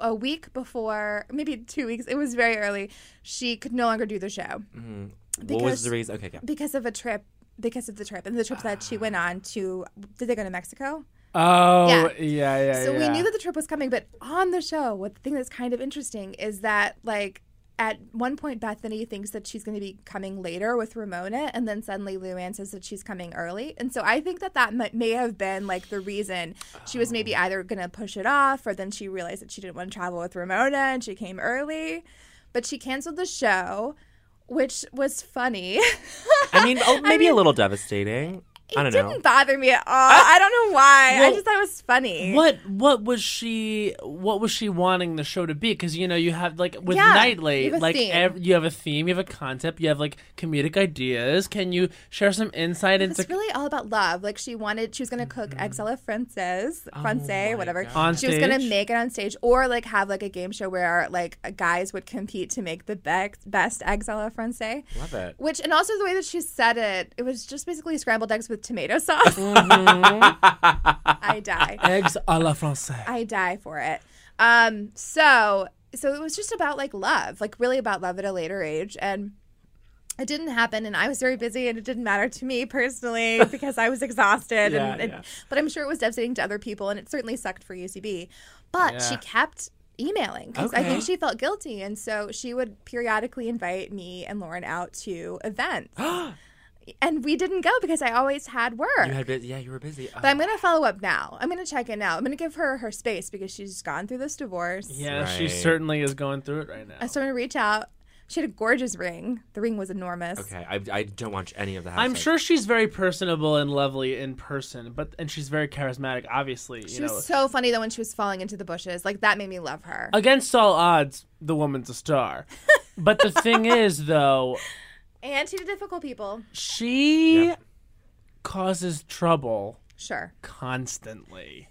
a week before, maybe two weeks, it was very early, she could no longer do the show Mm-hmm. what Because- was the reason? Okay. Yeah. because of a trip. Because of the trip and the trip that she went on to, did they go to Mexico? Oh yeah, Yeah. yeah, yeah. so we knew that the trip was coming but on the show what the thing that's kind of interesting is that like at one point bethany thinks that she's going to be coming later with ramona and then suddenly luann says that she's coming early and so i think that that might, may have been like the reason she was Oh. maybe either going to push it off or then she realized that she didn't want to travel with ramona and she came early but she canceled the show which was funny I mean, oh, maybe a little devastating. I don't it know. didn't bother me at all. I don't know why. I just thought it was funny. What what was she what was she wanting the show to be? Because you know you have like with Yeah, Nightly, you have a like theme. ev- you have a theme, you have a concept, you have like comedic ideas. Can you share some insight It's into really all about love. Like she wanted, she was gonna cook eggs a la française, français, whatever. on She stage? was gonna make it on stage, or like have like a game show where like guys would compete to make the bec- best eggs a la française. Love it. Which and also the way that she said it, it was just basically scrambled eggs with tomato sauce. I die. eggs a la française. I die for it. Um, so so it was just about like love, like really about love at a later age, and it didn't happen, and I was very busy, and it didn't matter to me personally because I was exhausted, Yeah, and, and- yeah. but I'm sure it was devastating to other people, and it certainly sucked for UCB, but she Yeah. kept emailing because I Okay. think she felt guilty, and so she would periodically invite me and Lauren out to events. And we didn't go because I always had work. You had, bu- yeah, you were busy. But I'm gonna follow up now. I'm gonna check in now. I'm gonna give her her space because she's gone through this divorce. Yeah, she Right. certainly is going through it right now. So I'm gonna reach out. She had a gorgeous ring. The ring was enormous. Oh, okay, I, I don't watch any of the. I'm housewives. sure she's very personable and lovely in person, but and she's very charismatic. Obviously, you She know, Uh, was so funny though when she was falling into the bushes. Like that made me love her. against all odds, the woman's a star. but the thing is, though, And she did difficult people. she causes trouble Sure. constantly.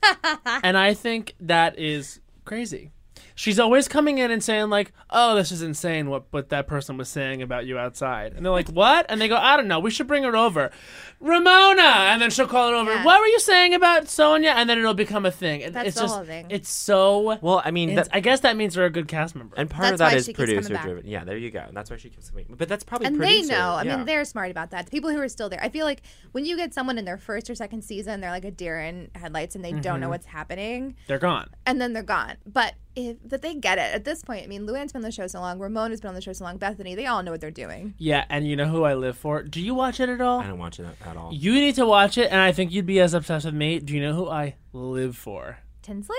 and I think that is crazy. She's always coming in and saying like, "Oh, this is insane what what that person was saying about you outside." And they're like, "What?" And they go, "I don't know. We should bring her over." Ramona, and then she'll call it over. Yeah. What were you saying about Sonia? And then it'll become a thing. And That's it's the just whole thing. it's so Well, I mean, it's- that- I guess that means they're a good cast member. and part That's of that why is she keeps coming producer back. driven. Yeah, there you go. That's why she keeps coming. But that's probably and producer. they know. I yeah. mean, they're smart about that. The people who are still there. I feel like when you get someone in their first or second season, they're like a deer in headlights and they don't know what's happening. they're gone. and then they're gone. But if that they get it at this point, I mean, Luann's been on the show so long, Ramona's been on the show so long, Bethany, they all know what they're doing. Yeah, and you know who I live for? Do you watch it at all? I don't watch it at- at all. You need to watch it, and I think you'd be as obsessed with me. Do you know who I live for? Tinsley?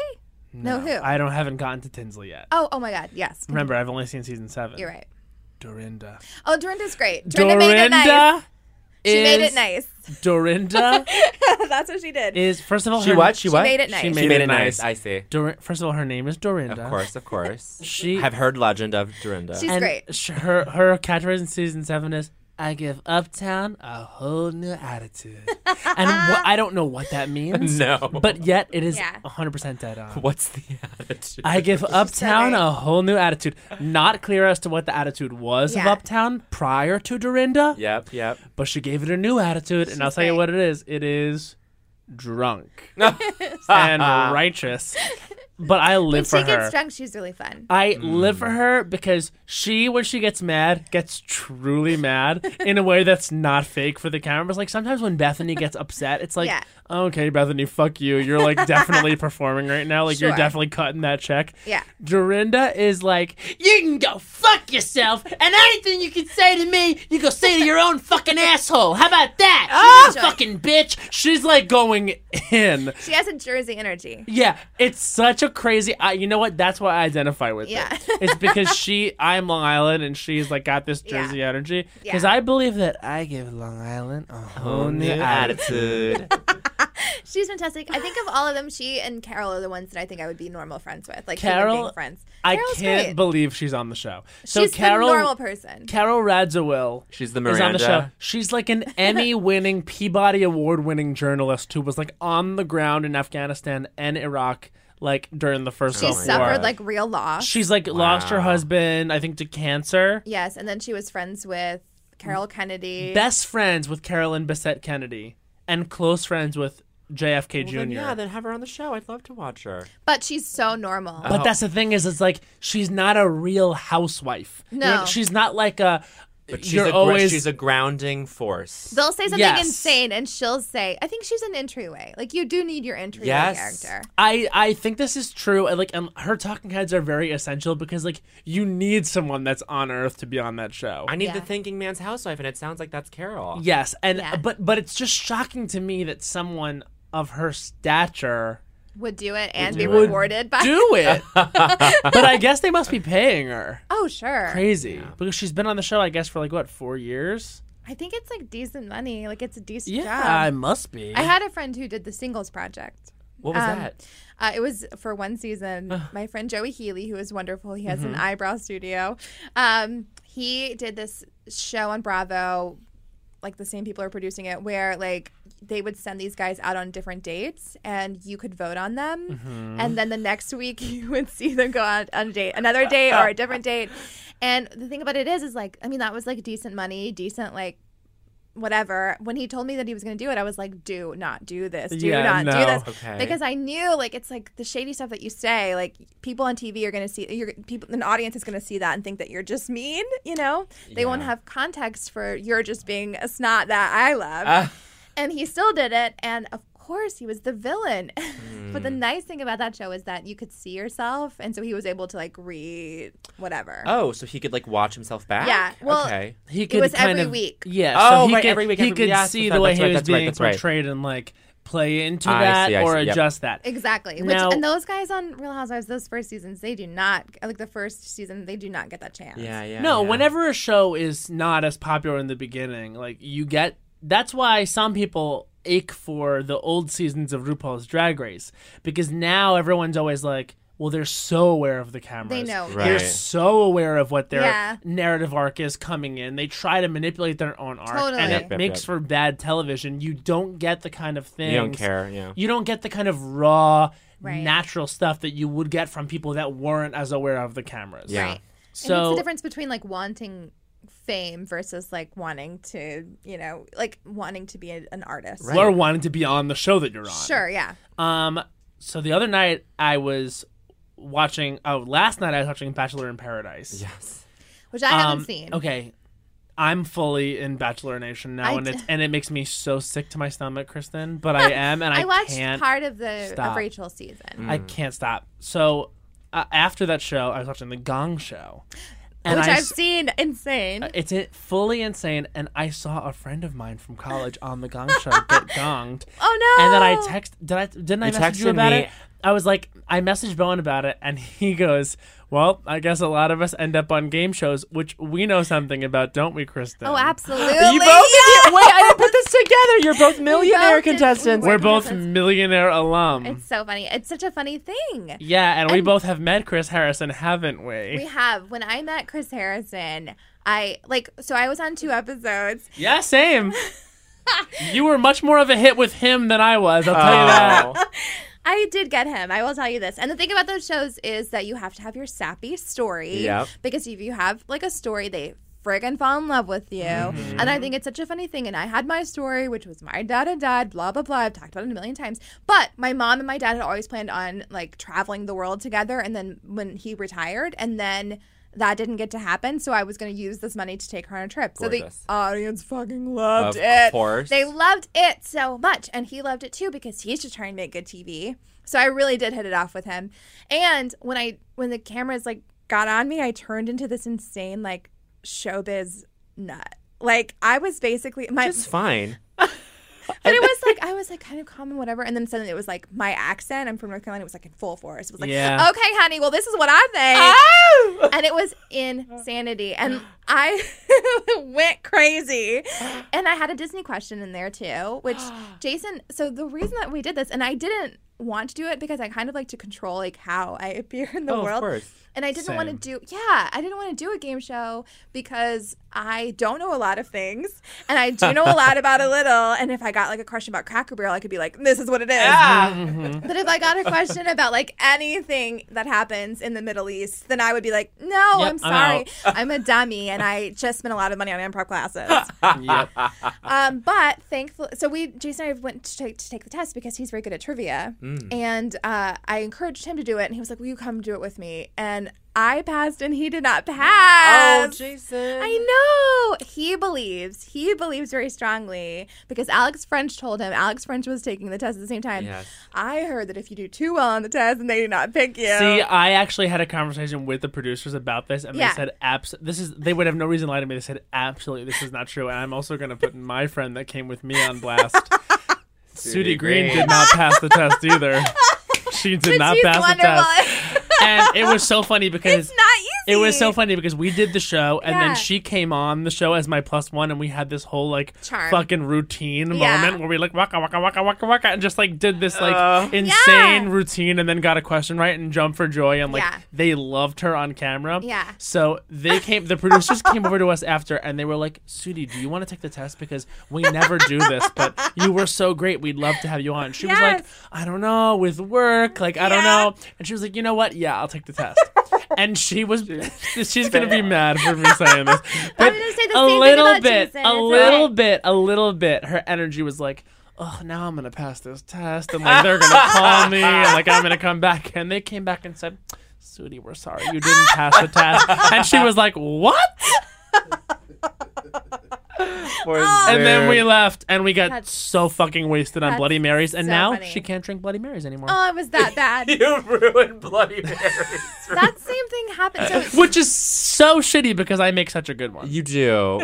No, who? I don't haven't gotten to Tinsley yet. oh, oh my God, yes. Remember, I've only seen season seven. You're right. Dorinda. Oh, Dorinda's great. Dorinda, made it nice. Dorinda She made it is- nice. Dorinda That's what she did. is first of all She her, what? She what? made it nice. She made, She it nice. I see. Dor- first of all, her name is Of Dorinda. course, of course. She Have heard legend of Dorinda. She's and great. sh- her her catchphrase in season seven is "I give Uptown a whole new attitude," and wh- I don't know what that means. no, But yet it is Yeah. 100% dead on. what's the attitude? I give Uptown right. a whole new attitude. Not clear as to what the attitude was of Yeah. Uptown prior to Dorinda, Yep, yep. but she gave it a new attitude, and I'll tell you right. what it is. It is drunk and righteous. But I When live for she her. gets drunk, she's really fun. I live for her because she, when she gets mad, gets truly mad in a way that's not fake for the cameras. Like sometimes when Bethany gets upset, it's like, Yeah. okay, Bethany, fuck you. You're like definitely performing right now. Like you're Sure. definitely cutting that check. Yeah. Dorinda is like, you can go fuck yourself, and anything you can say to me, you go say to your own fucking asshole. How about that? Oh, you fucking bitch. She's like going in. She has a Jersey energy. Yeah, it's such a crazy. I, you know what? That's why I identify with Yeah. it. It's because she, I'm Long Island, and she's like got this Jersey energy. Because Yeah. I believe that I give Long Island a whole new attitude. She's fantastic. I think of all of them, she and Carol are the ones that I think I would be normal friends with. Like Carol- Carol, being friends. I Carol's can't great. believe she's on the show. So she's Carol, the normal person. Carol Radziwill She's the is Miranda. on the show. She's like an Emmy-winning, Peabody Award-winning journalist who was like on the ground in Afghanistan and Iraq, like during the first She Gulf War. suffered like real loss. She's like lost her husband, I think, to cancer. Yes, and then she was friends with Carol Kennedy. best friends with Carolyn Bessette Kennedy and close friends with JFK Well, then, Jr. yeah, then have her on the show. I'd love to watch her. but she's so normal. Oh. but that's the thing is, it's like she's not a real housewife. You know, No. she's not like a. But she's, you're a, gr- always she's a grounding force. They'll say something Yes. insane, and she'll say, "I think she's an entryway. Like you do need your entryway Yes. character." I I think this is true. and, Like, um, her talking heads are very essential because like you need someone that's on Earth to be on that show. I need the Yeah. thinking man's housewife, and it sounds like that's Carol. yes, and Yeah. but but it's just shocking to me that someone of her stature Would do it and be do it. rewarded by. do it. but I guess they must be paying her. oh sure. crazy because she's been on the show, I guess, for like what four years. I think it's like decent money. Like it's a decent Yeah, job. I must be. I had a friend who did the singles project. What was Um, that? Uh, it was for one season. My friend Joey Healy, who is wonderful, he has Mm-hmm. an eyebrow studio. Um, he did this show on Bravo, like the same people are producing it, where like they would send these guys out on different dates, and you could vote on them, and then the next week you would see them go on, on a date, another date or a different date. And the thing about it is, is like, I mean, that was like decent money, decent like whatever. When he told me that he was going to do it, I was like, do not do this. Do Yeah, not do no. this. Okay. Because I knew, like, it's like the shady stuff that you say. Like, people on TV are going to see, you're, people, an audience is going to see that and think that you're just mean. You know, they won't Yeah. have context for you're just being a snot that I love. And he still did it, and of course he was the villain. but the Hmm. nice thing about that show is that you could see yourself, and so he was able to like read whatever. Oh, so he could like watch himself back. Yeah, well- okay. he it was kind every of- week. Yeah. Oh, so he right, could, every week, He every- could yes, see that's the way right, he was that's right, being that's right. portrayed and like play into I see, that I or see, yep. adjust that. Exactly. Now- Which and those guys on Real Housewives, those first seasons, they do not like the first season, they do not get that chance. Yeah, yeah. no, yeah. whenever a show is not as popular in the beginning, like you get that's why some people ache for the old seasons of RuPaul's Drag Race because now everyone's always like, well, they're so aware of the cameras. They know. Right. They're so aware of what their Yeah. narrative arc is coming in. They try to manipulate their own arc, Totally. and Yep, it yep, makes yep. for bad television. You don't get the kind of thing you don't care. Yeah. you don't get the kind of raw Right. natural stuff that you would get from people that weren't as aware of the cameras Yeah. Right. so and it's the difference between like wanting fame versus like wanting to, you know, like wanting to be a, an artist. or wanting to be on the show that you're on Sure, yeah. um so the other night i was watching oh last night i was watching bachelor in paradise Yes. Which I Um, haven't seen. okay i'm fully in bachelor nation now I and d- it's and it makes me so sick to my stomach kristen but i am and i, I, watched can't part of the stop. of Rachel's season. I can't stop. So uh, after that show, I was watching The Gong Show, and Which I I've s- Uh, seen insane. it's it, fully insane. And I saw a friend of mine from college on The Gong Show get gonged, oh no. and then I text did I didn't I You message you texted about me. it? I was like, I messaged Bowen about it, and he goes, "Well, I guess a lot of us end up on game shows, which we know something about, don't we, Kristen?" Oh, absolutely. You both. yeah. Wait, I didn't put this together. You're both millionaire both did- contestants. We're both That's- millionaire alum. It's so funny. It's such a funny thing. yeah, and, we and- both have met Chris Harrison, haven't we? We have when I met Chris Harrison, I like so I was on two episodes Yeah, same. you were much more of a hit with him than I was. I'll Oh. tell you that. I did get him. I will tell you this. And the thing about those shows is that you have to have your sappy story. Yep. Because if you have like a story, they friggin' fall in love with you. Mm-hmm. And I think it's such a funny thing. And I had my story, which was my dad had died, blah, blah, blah. I've talked about it a million times. But my mom and my dad had always planned on like traveling the world together. And then when he retired, and then that didn't get to happen. So I was going to use this money to take her on a trip. Gorgeous. So the audience fucking loved Of it. course. They loved it so much, and he loved it too because he's just trying to make good TV. So I really did hit it off with him. And when I when the cameras like got on me, I turned into this insane like showbiz nut. Like I was basically my It's fine. but it was like I was like kind of calm and whatever, and then suddenly it was like my accent. I'm from North Carolina. It was like in full force. It was like, Yeah. okay, honey, well this is what I think, Oh! and it was insanity. And I went crazy, and I had a Disney question in there too, which Jason. So the reason that we did this, and I didn't want to do it because I kind of like to control like how I appear in the Oh, world. of course. And I didn't want to Same. do, yeah, I didn't want to do a game show because I don't know a lot of things and I do know a lot about a little. And if I got like a question about Cracker Barrel, I could be like, this is what it is. Mm-hmm. But if I got a question about like anything that happens in the Middle East, then I would be like, no, Yep, I'm I'm sorry. out." I'm, a dummy and I just spent a lot of money on improv classes. Yep. um, but thankfully, so we, Jason and I went to take, to take the test because he's very good at trivia. Mm. And uh, I encouraged him to do it. And he was like, will you come do it with me? And I passed and he did Oh, not pass. Jason. I know. He believes. He believes very strongly because Alex French told him. Alex French was taking the test at the same time. Yes. I heard that if you do too well on the test and they do not pick you. See, I actually had a conversation with the producers about this, and Yeah. they said, "Abs, this is." They would have no reason to lie to me. They said, "Absolutely, this is not true." And I'm also going to put my friend that came with me on blast. Sudie Sudie Green Green. did not pass the test either. She did But not she's pass the wonderful. test, and it was so funny because it's not you It was so funny because we did the show and Yeah. then she came on the show as my plus one and we had this whole like Charm. fucking routine Yeah. moment where we like waka waka waka waka waka and just like did this like insane Yeah. routine and then got a question right and jumped for joy and like Yeah. they loved her on camera. Yeah. So they came the producers came over to us after and they were like, Sudie, do you want to take the test? Because we never do this, but you were so great. We'd love to have you on. She was like, Yes. I don't know, with work, like I don't know. And she was like, you know what? Yeah, I'll take the test. and she was, she's gonna be mad for me saying this, but gonna say the a same thing little about bit, Jason. a It's little okay. bit, a little bit. Her energy was like. Oh, now I'm gonna pass this test, and like they're gonna call me, and like I'm gonna come back. And they came back and said, "Sudie, we're sorry, you didn't pass the test." And she was like, "What?" oh, And then we left, and we got That's- so fucking wasted on that's Bloody Marys, and so now funny. she can't drink Bloody Marys anymore. Oh, it was that bad. you ruined Bloody Marys. that same thing happened. So Which is so shitty because I make such a good one. you do.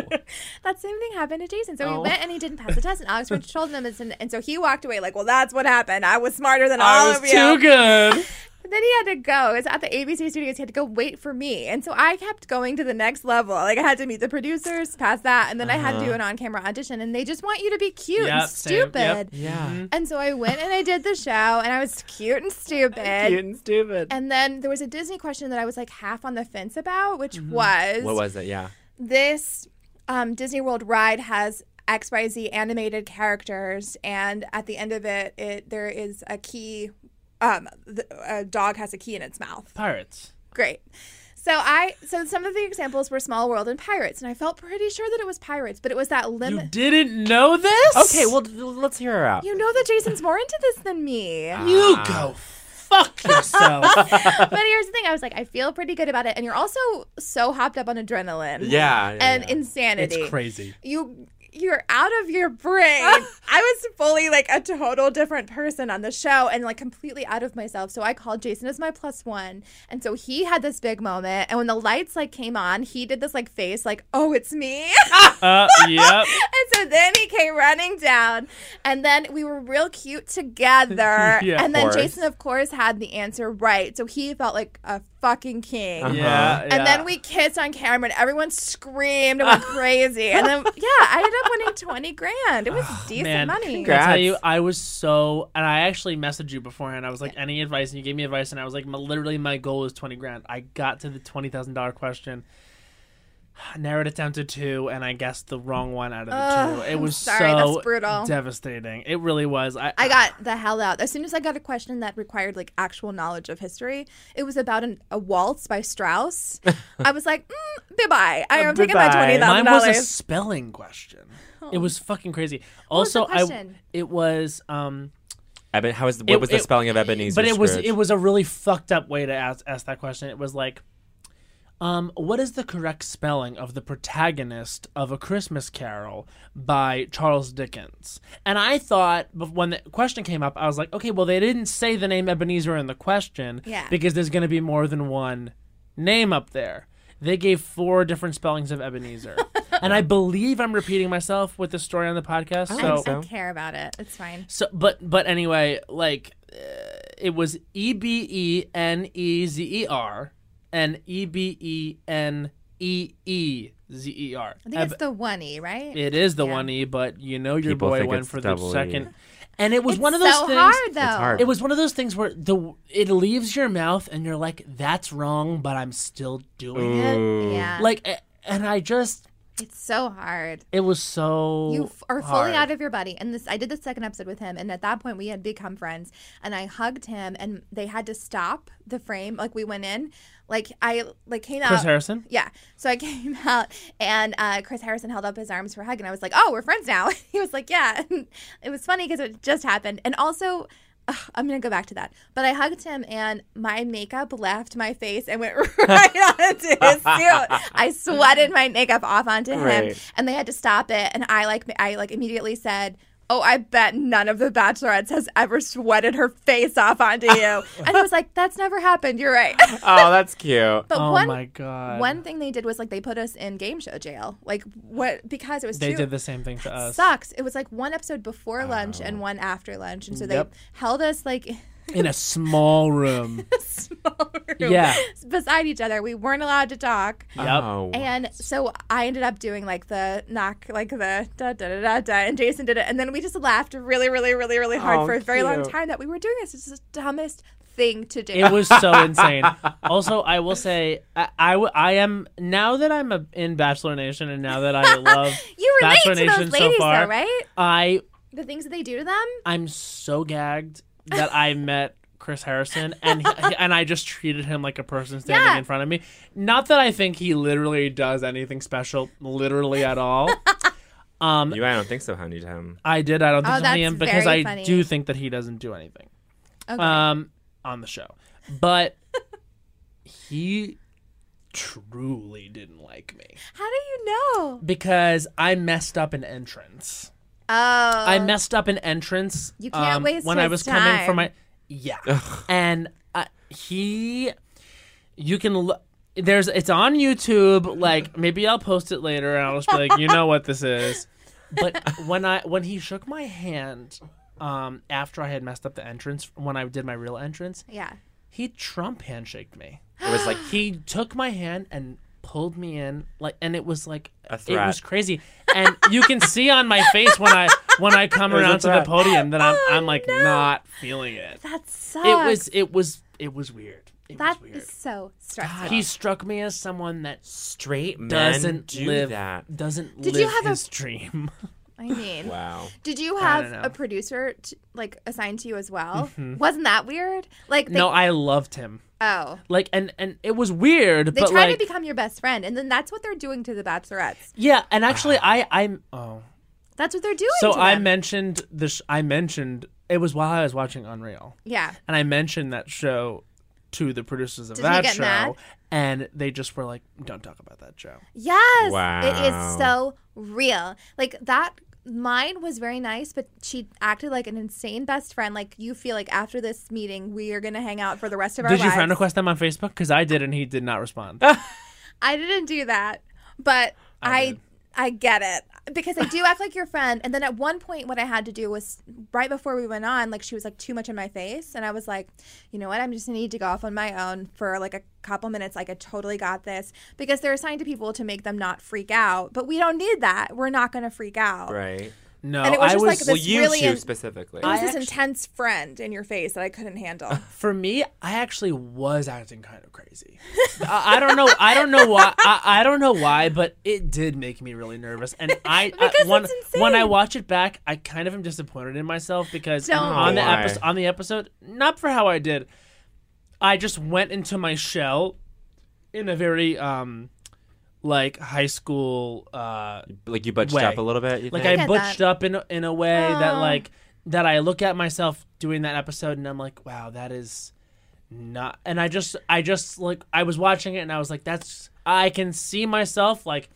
that same thing happened to Jason. So Oh. he went and he didn't pass the test, and Alex Rich told him this, and, and so he walked away like, "Well, that's what happened. I was smarter than all I was of you." too good. And then he had to go. It was at the ABC studios. He had to go wait for me, and so I kept going to the next level. Like I had to meet the producers, pass that, and then I had to do an on-camera audition. And they just want you to be cute Yep, and Uh-huh. same. Yep. stupid. And so I went and I did the show, and I was cute and stupid. stupid. And then there was a Disney question that I was like half on the fence about, which was Mm-hmm. What was it? Yeah. this um, Disney World ride has XYZ animated characters, and at the end of it, it there is a key. Um, the, a dog has a key in its mouth. Pirates. Great. So I so some of the examples were Small World and Pirates, and I felt pretty sure that it was Pirates, but it was that You limit. didn't know this? Okay, well, d- let's hear her out. You, know that Jason's more into this than me. Ah. You go fuck yourself. but here's the thing: I was like, I feel pretty good about it, and you're also so hopped up on adrenaline. Yeah. yeah, and yeah. insanity. it's crazy. You you're out of your brain. I was fully like a total different person on the show and like completely out of myself. So I called Jason as my plus one. And so he had this big moment. And when the lights like came on, he did this like face like, "Oh, it's me." Uh, yep. and so then he came running down. And then we were real cute together. Yeah, of and then course. Jason of course had the answer right. So he felt like a fucking king. Uh-huh. Yeah, yeah. And then we kissed on camera, and everyone screamed and went crazy. And then, yeah, I ended up winning twenty grand. It was decent Oh, Man, money. I tell Congrats. you, I was so, and I actually messaged you beforehand. I was like, any advice? And you gave me advice, and I was like, my, literally, my goal is twenty grand. I got to the twenty thousand dollar question, narrowed it down to two, and I guessed the wrong one out of the Ugh, 2 It I'm was sorry, that's so brutal. devastating. It really was. I, I got the hell out. As soon as I got a question that required like actual knowledge of history, it was about an, a waltz by Strauss. I was like, mm, bye bye. I am taking my Bye-bye. twenty Uh, Mine thousand was a dollars. Oh. spelling question. It was fucking crazy. was the also, I question? it was um, Eben, how is, what It- was the it- spelling of Ebenezer? but it was Scrooge? it was a really fucked up way to ask ask that question. It was like, um, what is the correct spelling of the protagonist of A Christmas Carol by Charles Dickens? And I thought bef- when the question came up, I was like, okay, well they didn't say the name Ebenezer in the question, Yeah. because there's going to be more than one name up there. They gave four different spellings of Ebenezer. and I believe I'm repeating myself with this story on the podcast. I so think I don't care about it. It's fine. so, but but anyway, like uh, it was E B E N E Z E R and E B E N E E Z E R. I think it's the one e, right? It is the yeah. one E, but you know your People boy think went it's for the double E. second. And it was It's one of those so things. hard though. hard. It was one of those things where the it leaves your mouth and you're like, "That's wrong," but I'm still doing it. Ooh. Yeah, Like, a- and I just it's so hard. it was so You f- are fully hard. out of your body. And this, I did the second episode with him, and at that point we had become friends. And I hugged him, and they had to stop the frame. Like we went in, like I like came Chris out. Harrison. Yeah, so I came out, and uh, Chris Harrison held up his arms for a hug, and I was like, "Oh, we're friends now." he was like, "Yeah." And it was funny because it just happened, and also. ugh, I'm gonna go back to that, but I hugged him and my makeup left my face and went right onto his suit. I sweated my makeup off onto him, Right. and they had to stop it. And I like I like immediately said, "Oh, I bet none of the bachelorettes has ever sweated her face off onto you." and I was like, "That's never happened. You're right." Oh, that's cute. But Oh one my god! one thing they did was like they put us in game show jail. Like what because it was they too, did the same thing to us. Oh. sucks. It was like one episode before lunch and one after lunch, and so Yep. they held us like in a small room. small room Yeah. beside each other. We weren't allowed to talk. Yep. Oh. And so I ended up doing like the knock, like the da da da da da, and Jason did it, and then we just laughed really, really, really, really hard Oh, for a very long cute. time that we were doing this. It's the dumbest thing to do. It was so insane. Also, I will say, I, I, w- I am now that I'm a, in Bachelor Nation, and now that I love you relate to Bachelor Nation those so ladies, far. though, right? I The things that they do to them. I'm so gagged that I met Chris Harrison and he, and I just treated him like a person standing Yeah. in front of me. Not that I think he literally does anything special, literally at all. Um, You, I don't think so, honey. Tim. I did. I don't think Oh, so, I am that's because very I funny. do think that he doesn't do anything. Okay. Um, on the show, but he truly didn't like me How do you know? because I messed up an entrance. Oh, I messed up an entrance. You can't um, waste when I his was coming for time. my yeah, and uh, he, you can look. There's it's on YouTube. Like maybe I'll post it later, and I'll just be like, you know what this is. But when I when he shook my hand, um, after I had messed up the entrance, when I did my real entrance, yeah. he Trump handshaked me. It was like He took my hand and pulled me in like and it was like A it threat. was crazy and you can see on my face when i when i come It was a around to the threat. podium that i'm Oh, i'm like no. not feeling it That sucks. it was it was it was weird it That was weird is so stressful. he struck me as someone that straight men doesn't do live that. doesn't Did live you have a- his dream I mean, Wow. did you I don't have know. Mm-hmm. a producer t- like assigned to you as well? Wasn't that weird? Like, they, no i loved him oh, like and and it was weird They but try like to become your best friend, and then that's what they're doing to the Bachelorettes. yeah and actually i Ah. i'm oh That's what they're doing. so to i them. mentioned this i mentioned it was while i was watching unreal yeah, and I mentioned that show to the producers of Did he that get show, mad? and they just were like, "Don't talk about that show." yes, it Wow. is so real. Like that. Mine was very nice, but she acted like an insane best friend. Like you feel like after this meeting, we are gonna hang out for the rest of our did you lives. friend request them on Facebook? Because I did, and he did not respond. I didn't do that, but I I did. I, get it because I do act like your friend. And then at one point, what I had to do was right before we went on, like she was like too much in my face, and I was like, you know what, I'm just gonna need to go off on my own for like a couple minutes. Like I totally got this because they're assigned to people to make them not freak out, but we don't need that. We're not gonna freak out. Right. No, And it was I just was like Well, This you really two in- specifically. It was I this actu- intense friend in your face that I couldn't handle. for me. I actually was acting kind of crazy. I, I don't know. I don't know why. I, I don't know why, but it did make me really nervous. And I, I Because when, it's when I insane. watch it back, I kind of am disappointed in myself because Don't on the be. Why? episode, on the episode, not for how I did. I just went into my shell in a very um like high school uh Like you butched Way. up a little bit. You like think? I, get butched that. up in a- in a way that Oh. like that I look at myself doing that episode and I'm like, wow, that is not. And I just I just like I was watching it and I was like, that's I can see myself like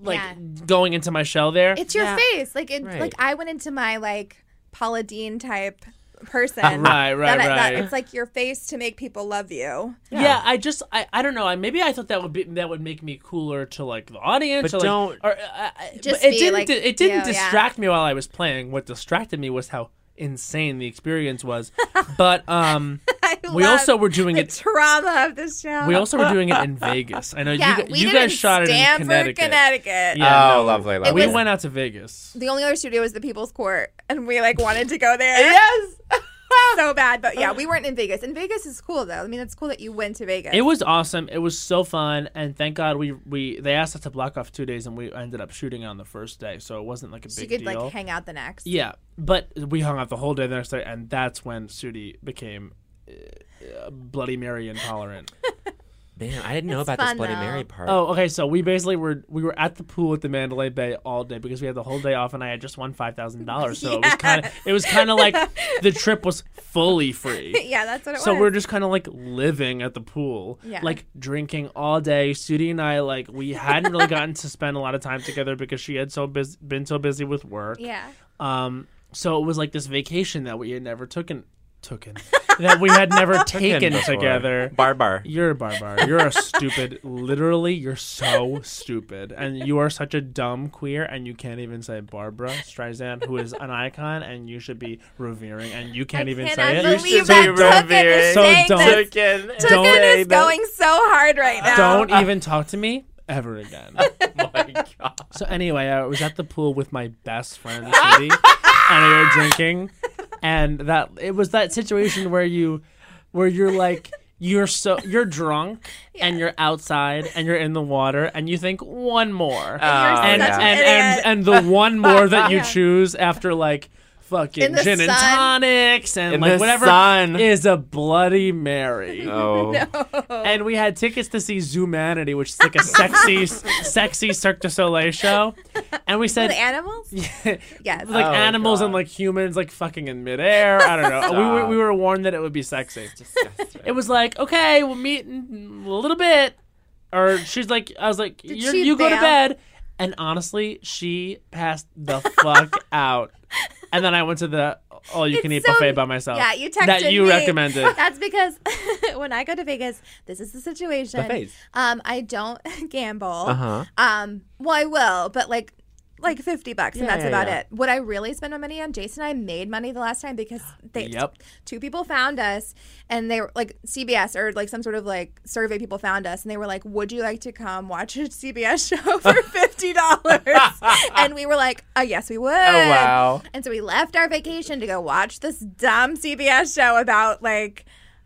like Yeah. going into my shell there. It's your Yeah. face, like it, Right. like I went into my like Paula Dean type person. Right, right, that, I- that right. it's like your face to make people love you. yeah. I just I, I don't know. I maybe I thought that would be that would make me cooler to like the audience. But or, like, don't- or, uh, I- Just but it be, didn't like, di- it didn't you, yeah. distract me while I was playing. What distracted me was how insane the experience was. but um, I we love also were doing the it trauma of this show. We also were doing it in Vegas. I know yeah, you, g- we you did it guys in shot it in Stamford, Connecticut. Yeah. oh, no. lovely, lovely. we was- went out to Vegas. The only other studio was the People's Court, and we like wanted to go there. yes. so bad, but yeah, we weren't in Vegas. And Vegas is cool though. I mean, it's cool that you went to Vegas. It was awesome. It was so fun, and thank God we we they asked us to block off two days, and we ended up shooting on the first day, so it wasn't like a so you big could deal. like hang out the next. yeah, but we hung out the whole day the next day, and that's when Sudi became uh, uh, Bloody Mary intolerant. Man, I didn't know It's about this fun, Bloody though. Mary part. Oh, okay. So we basically were we were at the pool at the Mandalay Bay all day because we had the whole day off, and I had just won five thousand dollars. So it was kind of it was kind of like the trip was fully free. yeah, that's what it So was. we're just kind of like living at the pool, Yeah. like drinking all day. Sudie and I, like, we hadn't really gotten to spend a lot of time together because she had so bus- been so busy with work. yeah. Um, so it was like this vacation that we had never taken Tooken that we had never taken before. together. Barbar. You're a barbar. You're a stupid. Literally, you're so stupid, and you are such a dumb queer, and you can't even say Barbara Streisand, who is an icon, and you should be revering, and you can't even say cannot it. believe should be that Tooken revered. is So saying don't- this. Tooken. Tooken don't is say that. going so hard right now. Don't even talk to me ever again. my God. So anyway, I was at the pool with my best friend Judy, and we were drinking, and that it was that situation where you, where you're like you're so you're drunk and you're outside and you're in the water and you think one more Oh, and such an and, idiot. and and the one more that you choose after like In fucking the gin and sun. tonics and In like the whatever sun. is a bloody mary Oh. and we had tickets to see Zoomanity, which is like a sexy, sexy Cirque du Soleil show. And we said the animals? Yes. like Oh, animals and God. like humans like fucking in midair. I don't know. we, were, Stop. we were warned that it would be sexy. Disgusting. It was like okay, we'll meet in a little bit. Or she's like, I was like, you she you go to bail? bed. And honestly, she passed the fuck out. And then I went to the all you can eat It's so- buffet by myself. Yeah, you texted that you me. recommended. That's because when I go to Vegas, this is the situation. Buffets. Um, I don't gamble. Uh-huh. Um, well, I will, but like, like fifty bucks, and Yeah, that's yeah, about yeah. it. What I really spend my money on, Jason and I made money the last time because they Yep. two people found us, and they were like CBS or like some sort of like survey people found us, and they were like, "Would you like to come watch a CBS show for fifty dollars?" and we were like, "Oh yes, we would." Oh, wow. And so we left our vacation to go watch this dumb CBS show about like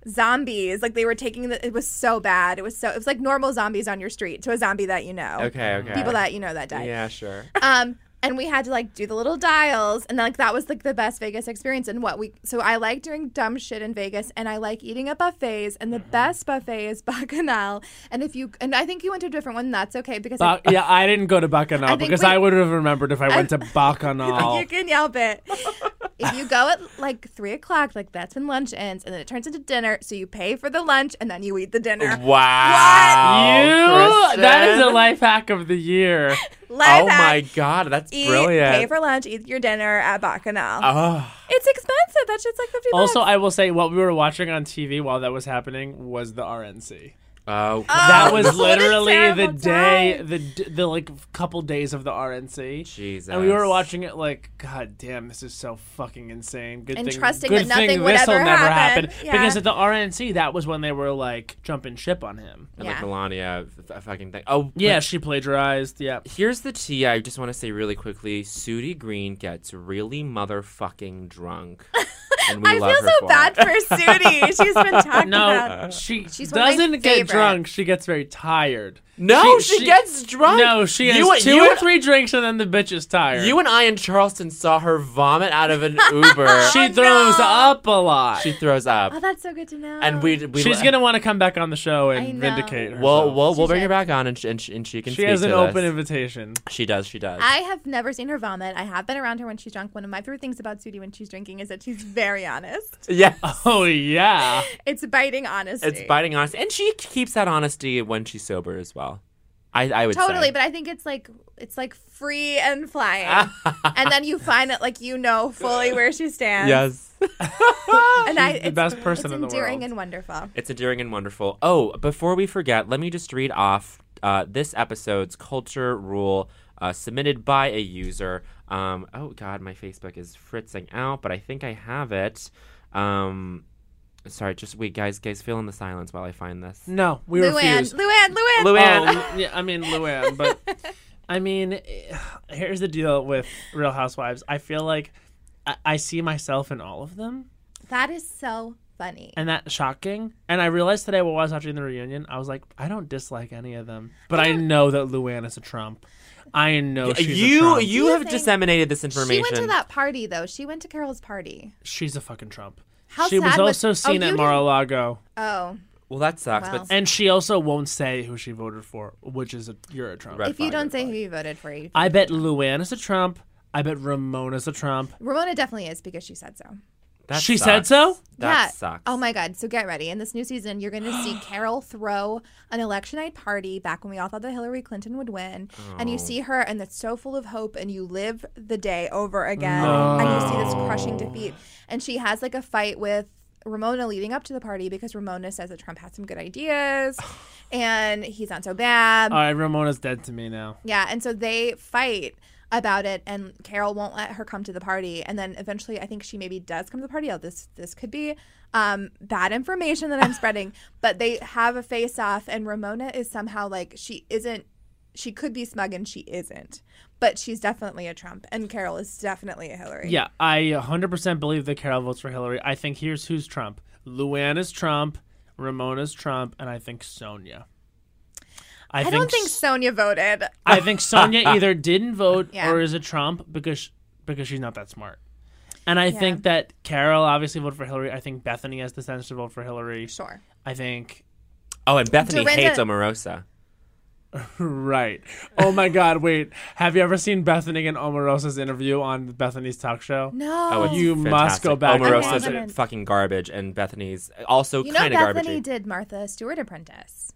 zombies. Like they were taking the, it was so bad. It was so, it was like normal zombies on your street to a zombie that you know. Okay, okay. People that you know that die. Yeah, sure. Um, and we had to like do the little dials, and like that was like the best Vegas experience. And what we so I like doing dumb shit in Vegas, and I like eating at buffets, and Mm-hmm. the best buffet is Bacchanal. And if you and I think you went to a different one, that's okay because Ba- yeah, I didn't go to Bacchanal I think because we- I would have remembered if I went I- to Bacchanal. You can yelp it. if you go at like three o'clock, like that's when lunch ends, and then it turns into dinner. So you pay for the lunch, and then you eat the dinner. Oh, Wow. You- that is a life hack of the year. Life oh hack. my god, that's Eat, brilliant. pay for lunch, eat your dinner at Bacchanal. oh, It's expensive. That shit's like fifty. Also, bucks. I will say what we were watching on TV while that was happening was the RNC. oh, That Oh, was what a literally the terrible day, time. the d- the like couple days of the RNC. Jesus. And we were watching it like, God damn, this is so fucking insane. Good And thing, trusting good that nothing thing would this'll ever never happen. happen. Yeah. Because at the RNC, that was when they were like jumping ship on him. And like Yeah. Melania, f- f- fucking thing. Oh, but Yeah, she plagiarized. Yeah. Here's the tea I just want to say really quickly. Sudie Green gets really motherfucking drunk. And we I love feel her so for bad it. for Sudie. She's been talked about. No, she She's one of my doesn't get favorite. drunk. She gets very tired. No, She- she, she- gets drunk. No, she has you, and- two you or and- three drinks and then the bitch is tired. You and I in Charleston saw her vomit out of an Uber. she throws up a lot. she throws up, Oh, that's so good to know. and we we She's gonna want to come back on the show I and know. vindicate herself. We'll we'll, we'll bring her should. back on, and she, and she, and she can. she speak has to an open this. invitation. She does. She does. I have never seen her vomit. I have been around her when she's drunk. One of my favorite things about Sudie when she's drinking is that she's very honest. yeah. Oh yeah, It's biting honesty. It's biting honest, and she keeps that honesty when she's sober as well. I, I would totally say. but i think it's like it's like free and flying and then you find that like you know fully where she stands yes, and i the it's, best person it's in the endearing world. and wonderful it's endearing and wonderful. Oh, before we forget, let me just read off uh, this episode's culture rule uh, submitted by a user. Um, oh God, my Facebook is fritzing out, but I think I have it. Um, sorry, just wait, guys, guys, fill in the silence while I find this. no, we luann refuse. luann luann Luann, Oh, yeah, I mean Luann, but I mean, eh, here's the deal with Real Housewives. I feel like I, I see myself in all of them, that is so funny and that's shocking. And I realized today while I was watching the reunion, I was like, I don't dislike any of them, but I know that Luann is a Trump. I know she's a you Trump. you you have think- disseminated this information. she went to that party though she went to carol's party she's a fucking Trump. How she was sad also was- oh, seen you at didn't- Mar-a-Lago, oh Well, that sucks, Wow. but and she also won't say who she voted for, which is a, you're a Trump. Right. if you flag, don't red say flag. who you voted for you I bet Luann is a Trump. I bet Ramona's a Trump. ramona definitely is because she said so that she sucks. said so. That yeah. sucks. Oh my God. So get ready. In this new season, you're going to see Carol throw an election night party back when we all thought that Hillary Clinton would win. And you see her, and it's so full of hope, and you live the day over again. And you see this crushing defeat. And she has like a fight with Ramona leading up to the party because Ramona says that Trump had some good ideas and he's not so bad. All right, Ramona's dead to me now. Yeah, and so they fight about it and Carol won't let her come to the party and then eventually I think she maybe does come to the party. Oh, this this could be um bad information that I'm spreading, but they have a face off and Ramona is somehow like she isn't she could be smug and she isn't. But she's definitely a Trump and Carol is definitely a Hillary. Yeah, I 100% believe that Carol votes for Hillary. I think here's who's Trump. Luana's Trump, Ramona's Trump, and I think Sonia. I, don't think S- Sonia voted. I think Sonia either didn't vote Yeah. or is a Trump because because she's not that smart. And I think that Carol obviously voted for Hillary. I think Bethany has the sense to vote for Hillary. Sure. I think Oh, and Bethany Dorinda- hates Omarosa. right. Oh my God! Wait, have you ever seen Bethany and Omarosa's interview on Bethany's talk show? No. Oh, it's You must fantastic. go back and watch Omarosa's it. fucking garbage, and Bethany's also You know, kind of Bethany garbagey. did Martha Stewart Apprentice.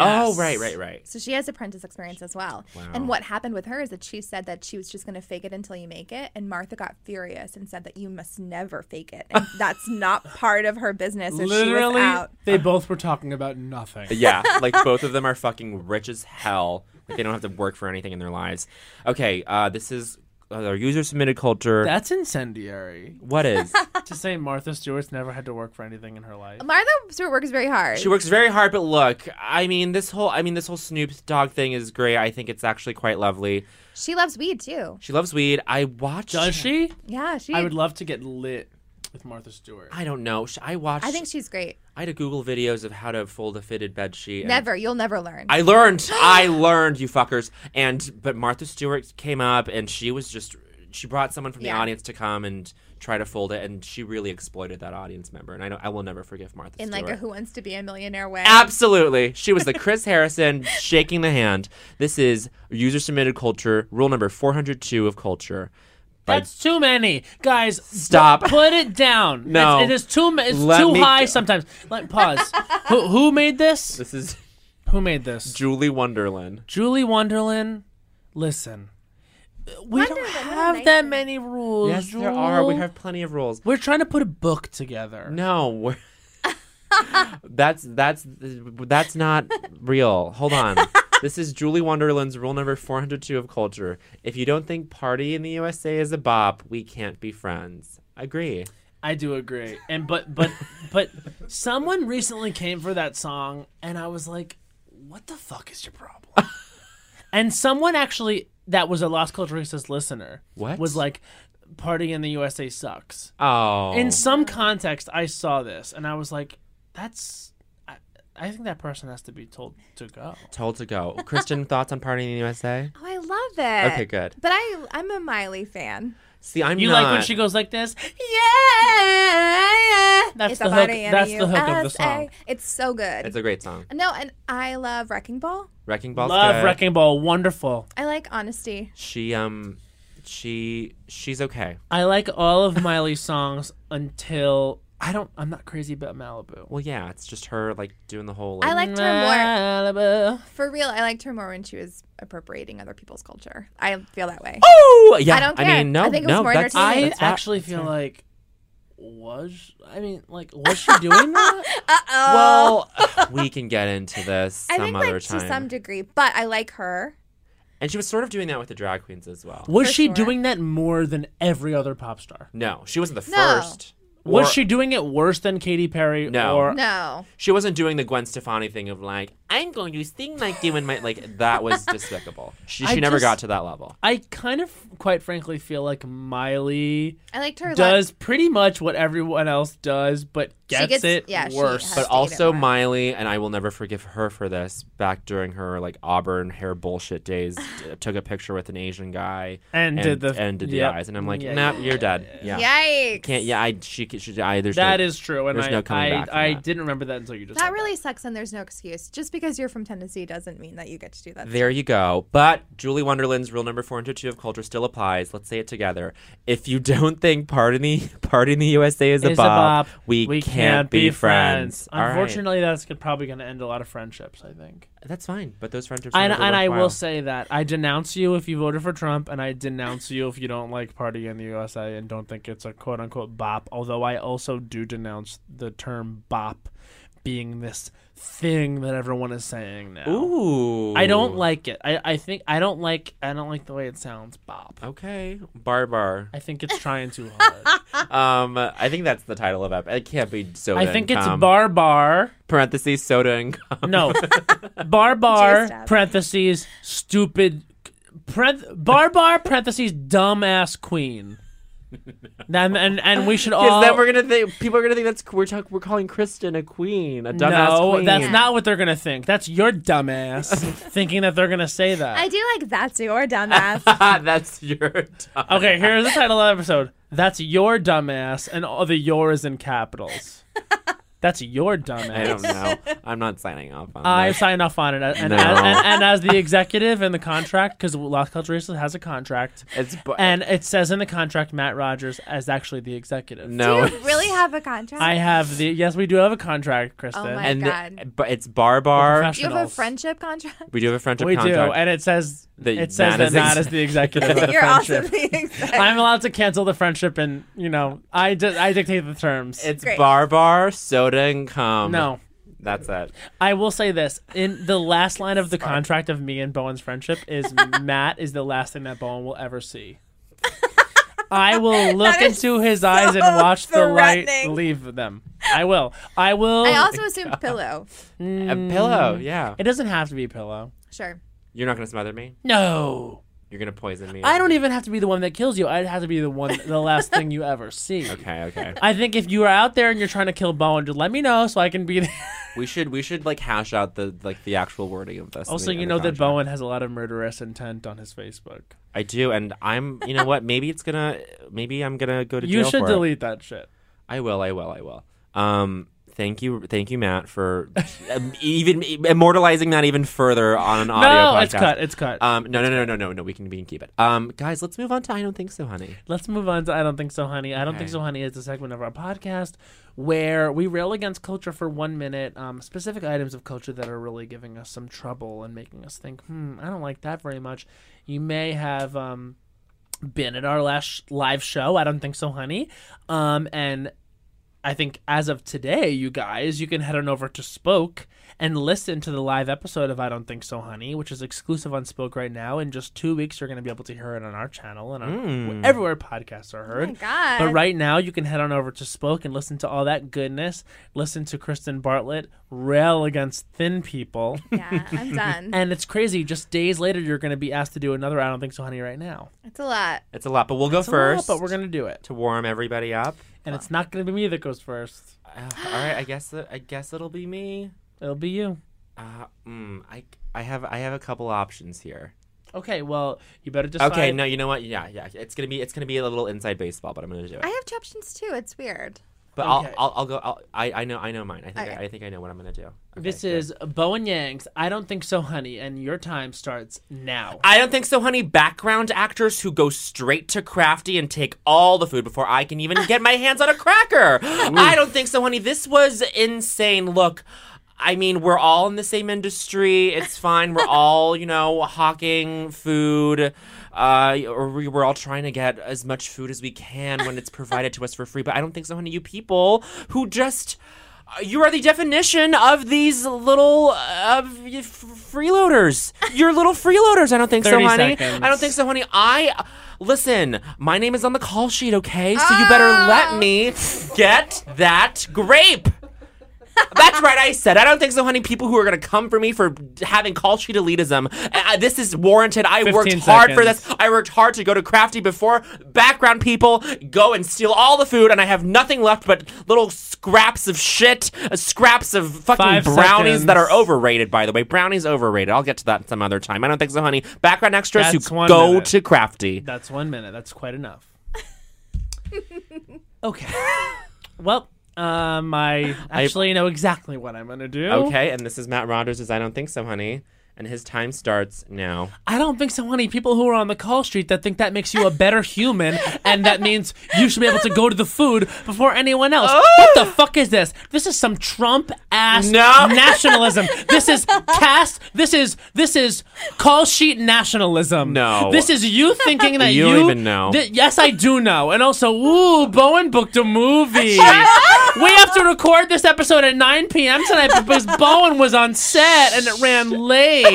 Oh, right, right, right. So she has apprentice experience as well. And what happened with her is that she said that she was just going to fake it until you make it. And Martha got furious and said that you must never fake it. And that's not part of her business. So she was Literally, out. they both were talking about nothing. Yeah, like both of them are fucking rich as hell. Like they don't have to work for anything in their lives. Okay, uh, this is uh, our user submitted culture. That's incendiary. what is? to say Martha Stewart's never had to work for anything in her life. Martha Stewart works very hard. She works very hard, but look, I mean, this whole, I mean, this whole Snoop Dogg thing is great. I think it's actually quite lovely. she loves weed too. She loves weed. I watched. Does she? Yeah, she. I would love to get lit with Martha Stewart. I don't know. Sh- I watched. I think she's great. I had to Google videos of how to fold a fitted bed sheet. and- Never. You'll never learn. I learned. I learned, you fuckers. And but Martha Stewart came up, and she was just. She brought someone from the Yeah. audience to come and try to fold it, and she really exploited that audience member. And I know I will never forgive Martha in Stewart. like a Who Wants to Be a Millionaire way. Absolutely. She was the Chris Harrison shaking the hand. This is user submitted culture, rule number 402 of culture. By That's too many, guys. Stop. p- Put it down. No. It's- it is too. ma- It's Let too me high go. sometimes. Let pause. who, who made this? this is Who made this? Julie Wonderland. Julie Wonderland. Listen, we Wonderland, don't what a have nice that name. many rules. Yes, there are. We Jewel. have plenty of rules. We're trying to put a book together. No. we're- that's that's that's not real. Hold on. This is Julie Wonderland's rule number 402 of culture. If you don't think party in the USA is a bop, we can't be friends. Agree. I do agree. And but but but someone recently came for that song and I was like, what the fuck is your problem? and someone actually that was a Lost Culturistas listener What? was like partying in the USA sucks. Oh. In some context I saw this and I was like, that's I, I think that person has to be told to go. told to go. Kristen, thoughts on party in the USA? Uh, Oh, I love it. Okay, good. But I, I'm a Miley fan. See, I'm You not. like when she goes like this? Yeah. That's it's the a hook- body and that's a the hook of the USA. song. It's so good. It's a great song. no, and I love Wrecking Ball. Wrecking Ball's Love good. Wrecking Ball, wonderful. I like honesty. She um, she she's okay. I like all of Miley's songs until I don't. I'm not crazy about Malibu. Well, yeah, it's just her like doing the whole. Like, I liked her Malibu. more for real. I liked her more when she was appropriating other people's culture. I feel that way. Oh, yeah. I don't care. mean, no, I think it was no. more that's, entertaining. I that's not- actually feel like was I mean like was she doing that? Uh oh. Well, we can get into this I some think other like time. to some degree, but I like her. and she was sort of doing that with the drag queens as well. Was For she sure. doing that more than every other pop star? No, she wasn't the No. first. was Or- she doing it worse than Katy Perry? No. Or, No. She wasn't doing the Gwen Stefani thing of like, I'm going to sing like you and my like. That was despicable. She I she never just- got to that level. I kind of, quite frankly, feel like Miley I liked her. does pretty much what everyone else does, but gets, gets- it yeah, she worse. has- but to eat it also more. Miley, and I will never forgive her for this. Back during her like Auburn hair bullshit days, d- took a picture with an Asian guy And did the- and did the yep. eyes, and I'm like, Yeah, nah, yeah, you're dead. Yeah. Like, yikes. can't. Yeah, I she c- she I there's That no, is true, and there's I no coming I, back from I that. didn't remember that until you just said That really sucks, and there's no excuse. Just because you're from Tennessee doesn't mean that you get to do that. There you go. But Julie Wonderland's rule number 402 of culture still applies. Let's say it together. If you don't think Pardon the Pardon the USA is, Is a a bop, bop, we, we can't, can't be friends. All right. Unfortunately, that's good, probably going to end a lot of friendships. I think. That's fine, but those friendships. And, never and I worthwhile. will say that I denounce you if you voted for Trump, and I denounce you if you don't like Party in the USA and don't think it's a quote unquote bop. Although I also do denounce the term bop being this thing that everyone is saying now. Ooh, I don't like it. I, I think I don't like I don't like the way it sounds bop. Okay, Barbar. I think it's trying too hard. um, I think that's the title of app. It can't be soda. I think and it's cum. bar bar. Parentheses soda and cum. No. bar bar Stop. parentheses stupid parenth- bar bar parentheses dumbass queen. Then and and we should all Because then we're gonna think people are gonna think that's we're talk, we're calling Kristen a queen, a dumbass no, queen. that's not what they're gonna think. That's your dumbass thinking that they're gonna say that. I do like that's your dumbass. that's your. Dumb. Okay, here's the title of the episode. That's your dumbass, and all the your is in capitals. That's your I don't dumbass. know. I'm not signing off on I that. sign off on it, and, No. as, and, and as the executive and the contract, because Las Culturistas has a contract, It's bu- and it says in the contract Matt Rogers as actually the executive. no. Do you really have a contract? I have the yes, we do have a contract, Kristen. Oh my and God. but it's Bar do Bar. you have a Professionals. friendship contract? We do have a friendship We do, contract. and it says That it says Matt is that Matt ex- is the executive of the You're also friendship. the exec. I'm allowed to cancel the friendship, and you know, I di- I dictate the terms. it's Great. Bar Bar, soda and cum. no. that's it. I will say this: in the last line of the contract of me and Bowen's friendship is Matt is the last thing that Bowen will ever see. I will look That is into his eyes and watch the light threatening. leave them. I will. I will. I also assumed pillow. A pillow, Mm. yeah. it doesn't have to be pillow. Sure. You're not gonna smother me. No, You're gonna poison me. I don't even have to be the one that kills you. I'd have to be the one, the last thing you ever see. Okay, okay. I think if you are out there and you're trying to kill Bowen, just let me know so I can be there. we should we should like hash out the like the actual wording of this. Also, in the- you in know the that contract. Bowen has a lot of murderous intent on his Facebook. I do, and I'm. You know what? Maybe it's gonna. Maybe I'm gonna go to jail. You should for it. delete that shit. I will. I will. I will. Um. Thank you. Thank you, Matt, for um, even immortalizing that even further on an audio no, podcast. it's cut. It's cut. Um. No. No. No. No. No. No. We can. We can keep it. Um. Guys, let's move on to. I don't think so, honey. Let's move on to I Don't Think So, Honey. I Don't Think Okay. So, Honey is the segment of our podcast where we rail against culture for one minute, um, specific items of culture that are really giving us some trouble and making us think, hmm, I don't like that very much. You may have. Um, been at our last sh- live show. I don't think so, honey. Um, and I think as of today, you guys, you can head on over to Spoke and listen to the live episode of I Don't Think So, Honey, which is exclusive on Spoke right now. In just two weeks, you're going to be able to hear it on our channel and on everywhere podcasts are heard. God. But right now, you can head on over to Spoke and listen to all that goodness. Listen to Kristen Bartlett rail against thin people. Yeah, I'm done. and it's crazy. Just days later, you're going to be asked to do another I Don't Think So, Honey right now. It's a lot. It's a lot, but we'll go It's a lot, first. but we're going to do it. to warm everybody up. And it's not going to be me that goes first. Uh, all right. I guess. It, I guess it'll be me. It'll be you. Uh. Mm, I. I have. I have a couple options here. Okay, well, you better decide. Okay. No. You know what? Yeah. Yeah. It's gonna be. It's gonna be a little inside baseball, but I'm gonna do it. I have two options too. It's weird. But Okay. I'll, I'll I'll go. I'll, I I know I know mine. I think Okay. I, I think I know what I'm gonna do. Okay, This good. is Bowen Yang's I Don't Think So Honey, and your time starts now. I don't think so, honey. Background actors who go straight to crafty and take all the food before I can even get my hands on a cracker. I don't think so, honey. This was insane. Look. I mean, we're all in the same industry. It's fine. We're all, you know, hawking food. Uh, or we, we're all trying to get as much food as we can when it's provided to us for free. But I don't think so, honey. You people who just you are the definition of these little uh, of y- f- freeloaders. You're little freeloaders. I don't think so, 30 honey. seconds. I don't think so, honey. I listen. My name is on the call sheet, okay? So you better let me get that grape. That's right, I said. I don't think so, honey. People who are gonna come for me for having call sheet elitism. Uh, this is warranted. I worked 15 hard for seconds. this. I worked hard to go to Crafty before background people go and steal all the food, and I have nothing left but little scraps of shit, uh, scraps of fucking Five brownies that are seconds. overrated. By the way, brownies overrated. I'll get to that some other time. I don't think so, honey. Background extras That's who one go minute. to Crafty. That's one minute. That's quite enough. okay. Well, um, I actually know exactly what I'm going to do. Okay, and this is Matt Rogers' "I Don't Think So, Honey," and his time starts now. I don't think so, honey. People who are on the call street that think that makes you a better human and that means you should be able to go to the food before anyone else. What the fuck is this? This is some Trump ass No. nationalism. This is cast. This is this is call sheet nationalism. No. This is you thinking that You you, don't even know. thi- yes, I do know. And also, ooh, Bowen booked a movie. we have to record this episode at 9 p.m. tonight because Bowen was on set and it ran late.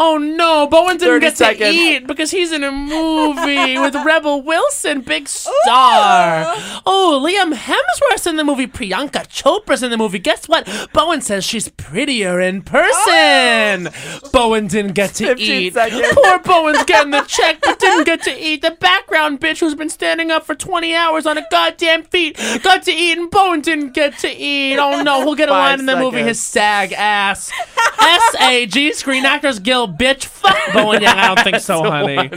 Oh no, Bowen didn't 30 get to seconds. eat because he's in a movie with Rebel Wilson, big star. Oh, Liam Hemsworth's in the movie. Priyanka Chopra's in the movie. Guess what? Bowen says she's prettier in person. Bowen didn't get to 15 eat. Oh. seconds. Poor Bowen's getting the check but didn't get to eat. The background bitch who's been standing up for 20 hours on a goddamn feet got to eat and Bowen didn't get to eat. Oh no, he'll get a Five line in the movie. seconds. His SAG ass. S-A-G, Screen Actors Guild, bitch. Fuck Bowen Yang. I don't think so, honey.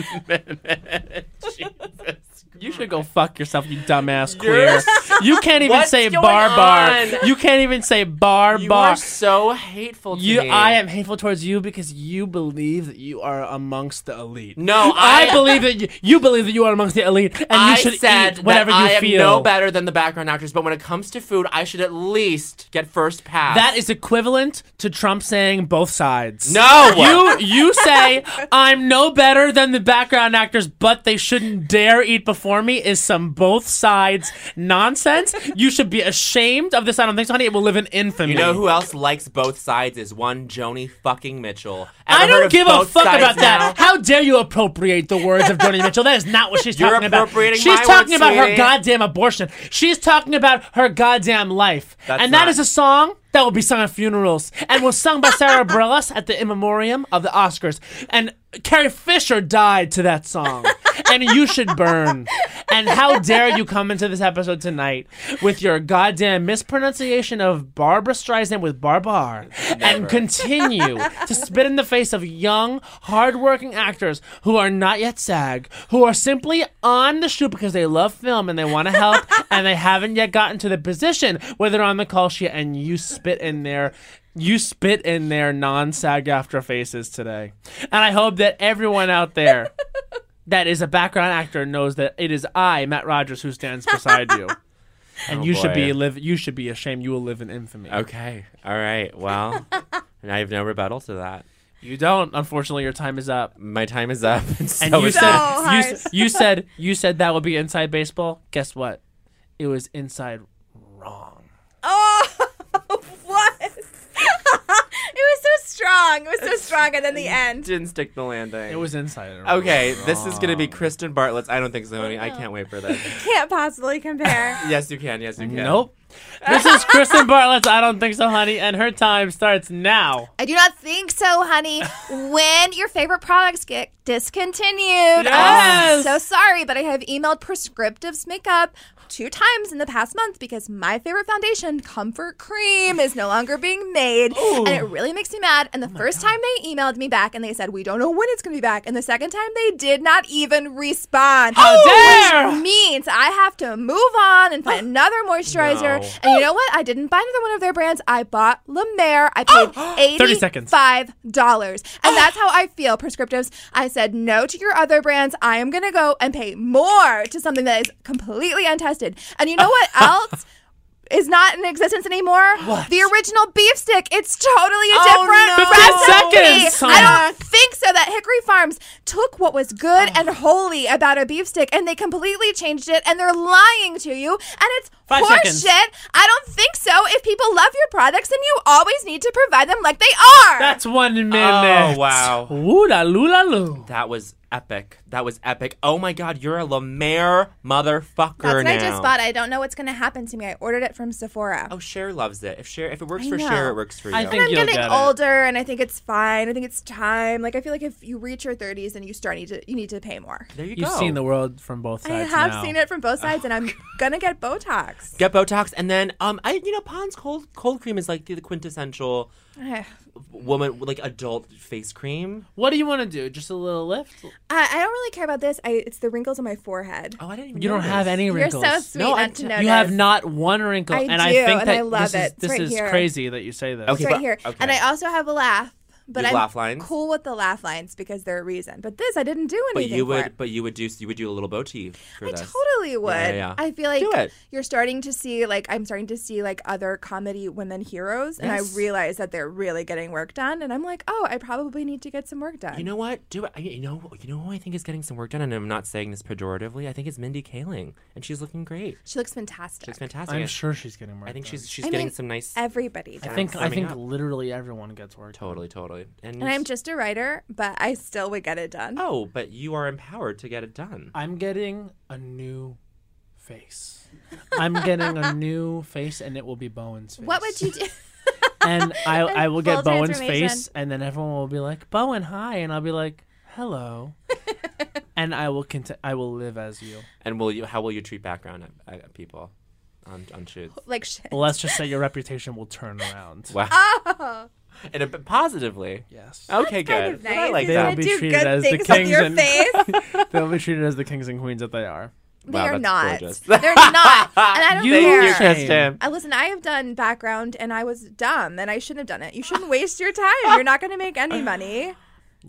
You should go fuck yourself, you dumbass queer. You can't even What's say going bar bar. on? You can't even say bar You bar. are so hateful to You, me. I am hateful towards you because you believe that you are amongst the elite. No, I, I- believe that you, you believe that you are amongst the elite, and I you should said eat whatever that you I feel. am no better than the background actors, but when it comes to food, I should at least get first pass. That is equivalent to Trump saying both sides. no. You you say I'm no better than the background actors, but they shouldn't dare eat before me is some both sides nonsense. You should be ashamed of this. I don't think so, honey. It will live in infamy. You know who else likes both sides is one Joni fucking Mitchell. Ever I heard don't of give a both fuck sides about that. now? How dare you appropriate the words of Joni Mitchell? That is not what she's You're talking about. appropriating She's my talking words, about her sweetie. goddamn abortion. She's talking about her goddamn life. That's and that not- is a song that will be sung at funerals and was sung by Sarah Bareilles at the in memoriam of the Oscars. And Carrie Fisher died to that song. and you should burn. And how dare you come into this episode tonight with your goddamn mispronunciation of Barbara Streisand with Barbar and continue to spit in the face of young, hardworking actors who are not yet SAG, who are simply on the shoot because they love film and they want to help and they haven't yet gotten to the position where they're on the call sheet and you spit in their you spit in their non-sag after faces today. And I hope that everyone out there that is a background actor knows that it is I, Matt Rogers, who stands beside you. And Oh, you should boy. be live. You should be ashamed. You will live in infamy. Okay. All right. Well, and I have no rebuttal to that. You don't. Unfortunately, your time is up. My time is up. And so And you is said that. you, s- you said you said that would be inside baseball. Guess what? It was inside wrong. Oh, what? it was so strong. It was so strong, and then the end. didn't stick the landing. It was inside. wrong. Okay, this is gonna be Kristen Bartlett's. I don't think so, honey. I Oh, can't wait for this. Can't possibly compare. Yes, you can. Yes, you can. Nope. This is Kristen Bartlett's. I don't think so, honey. And her time starts now. I do not think so, honey. when your favorite products get discontinued, Oh, Yes! I'm so sorry, but I have emailed Prescriptives Makeup two times in the past month because my favorite foundation, Comfort Cream, is no longer being made, and it really makes me mad. And the Oh first time they emailed me back, and they said we don't know when it's going to be back, and the second time they did not even respond. How Which dare! means I have to move on and find another moisturizer. No. And you know what? I didn't buy another one of their brands. I bought La Mer. I paid 30 seconds. Five dollars, and that's how I feel. Prescriptives. I said no to your other brands. I am gonna go and pay more to something that is completely untested. And you know what else? Is not in existence anymore. The original beef stick. It's totally a different Oh, no. 15 recipe. seconds. I don't think so. That Hickory Farms took what was good and Oh. holy about a beef stick and they completely changed it and they're lying to you and it's Five horse seconds. shit. I don't think so. If people love your products, then you always need to provide them like they are. That's one minute. Oh wow, Woo la loo la loo. that was epic. That was epic. Oh my God, you're a Lemaire motherfucker That's what now. I just bought. I don't know what's going to happen to me. I ordered it from Sephora. Oh, Cher loves it. If Cher, if it works I for know. Cher, it works for you. I think- and I'm you'll getting get it. older, and I think it's fine. I think it's time. Like I feel like if you reach your 30s, then you start need to you need to pay more. there you You've go. seen the world from both I sides. have now. seen it from both sides, and I'm gonna get Botox. Get Botox, and then um, I you know Pond's cold cold cream is like the, the quintessential I, woman like adult face cream. What do you want to do? Just a little lift? I don't really care about this. I, it's the wrinkles on my forehead. Oh, I didn't. Even You don't notice. have any wrinkles. You're so sweet No, I- not to notice. You have not one wrinkle, I and I do, think and that I love this is it. It's this right is here. crazy that you say this. Okay. It's right but- here. okay. And I also have a laugh. but Use I'm laugh lines? cool with the laugh lines because they're a reason. But this, I didn't do But anything. you for would, it. but you would do, you would do a little bow tee for I this. totally would. Yeah, yeah, yeah. I feel like Do it. you're starting to see like I'm starting to see like other comedy women heroes, and Yes. I realize that they're really getting work done. And I'm like, oh, I probably need to get some work done. You know what? Do it. I- You know, you know who I think is getting some work done, and I'm not saying this pejoratively. I think it's Mindy Kaling, and she's looking great. she looks fantastic. She's fantastic. I'm and sure she's getting work. I think done. she's she's I getting mean, some nice. Everybody I does. think I coming think up. literally everyone gets work. done. totally, totally. And, and I'm just a writer, but I still would get it done. Oh, but you are empowered to get it done. I'm getting a new face. I'm getting a new face, and it will be Bowen's face. What would you do? And I, I will get Full Bowen's transformation. face, and then everyone will be like, "Bowen, hi," and I'll be like, "Hello," and I will cont- I will live as you. And will you? How will you treat background uh, uh, people on on shoots? like shit. Let's just say your reputation will turn around. Wow. Oh, And a bit positively. Yes. Okay, good. kind of Well, nice. I like You They'll gotta that. be Oh, do treated good as the things with kings your and- face. They'll be treated as the kings and queens that they are. They Wow, are that's not. gorgeous. They're not. And I don't You care. Thank you, Kristen. I listen, I have done background and I was dumb and I shouldn't have done it. You shouldn't waste your time. You're not going to make any money.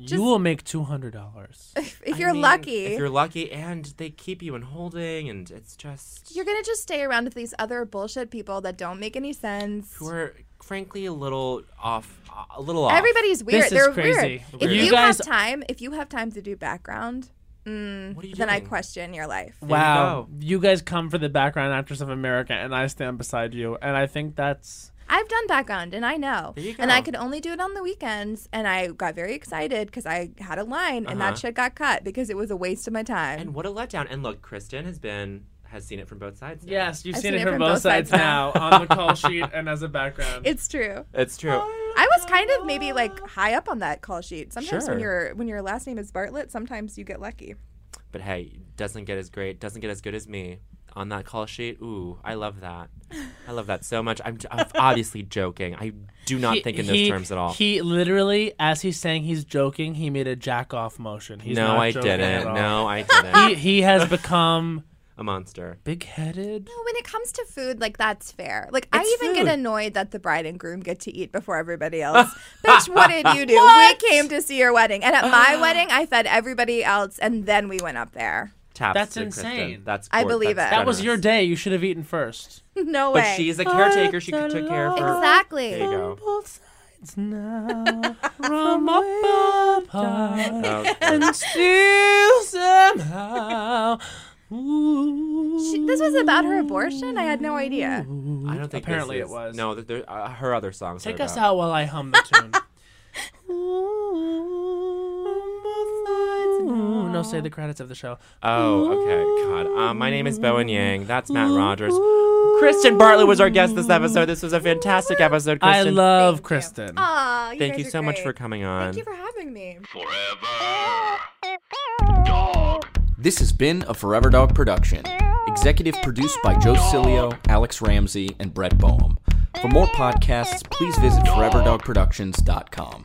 Just- you will make two hundred dollars. If I you're mean, lucky, If you're, you're lucky, and they keep you in holding, and it's just going to just stay around with these other bullshit people that don't make any sense. who are frankly a little off, a little off. Everybody's weird. is They're crazy. weird. Weird. If You you, guys- have time, if you have time to do background, mm, What are you then I doing? question your life. you Wow. go. You, guys come for the background actress of America, and I stand beside you. And I think that's. I've done background and I know. There you And I go. could only do it on the weekends. And I got very excited because I had a line and Uh-huh. that shit got cut because it was a waste of my time. And what a letdown! And look, Kristen has been has seen it from both sides. now. Yes, you've I've seen, it from, both sides, now on the call sheet and as a background. it's true. it's true. I was kind of maybe like high up on that call sheet. Sometimes when Sure. your when your last name is Bartlett, sometimes you get lucky. But hey, doesn't get as great, doesn't get as good as me on that call sheet. Ooh, I love that. I love that so much. I'm, I'm obviously joking. I do not think in those he- terms at all. He literally, as he's saying he's joking, he made a jack off motion. He's no, not I joking at didn't. all. No, I didn't. He, he has become a monster. big headed. No, when it comes to food, like that's fair. Like I It's even food. get annoyed that the bride and groom get to eat before everybody else. Bitch, what did you do? We came to see your wedding, and at my Ah. wedding, I fed everybody else, and then we went up there. Taps That's to Kristen. insane. That's I gor- believe that's it. That was generous. your day. You should have eaten first. no But way. she's a caretaker. She took care of her. exactly. There you go. Both sides now from up apart. Oh, still somehow. Ooh. She- this was about her abortion. I had no idea. I don't think this Apparently it is- was. No, th- there, uh, her other songs. Take are us about- out while I hum the tune. Ooh, no, say the credits of the show. Oh, okay. God. Um, my name is Bowen Yang. That's Matt Rogers. Kristen Bartlett was our guest this episode. This was a fantastic episode, I Kristen. love Kristen. Aw, you Thank guys you are so much great. for coming on. Thank you for having me. This has been a Forever Dog production. Executive produced by Joe Cilio, Alex Ramsey, and Brett Boehm. For more podcasts, please visit foreverdogproductions.com.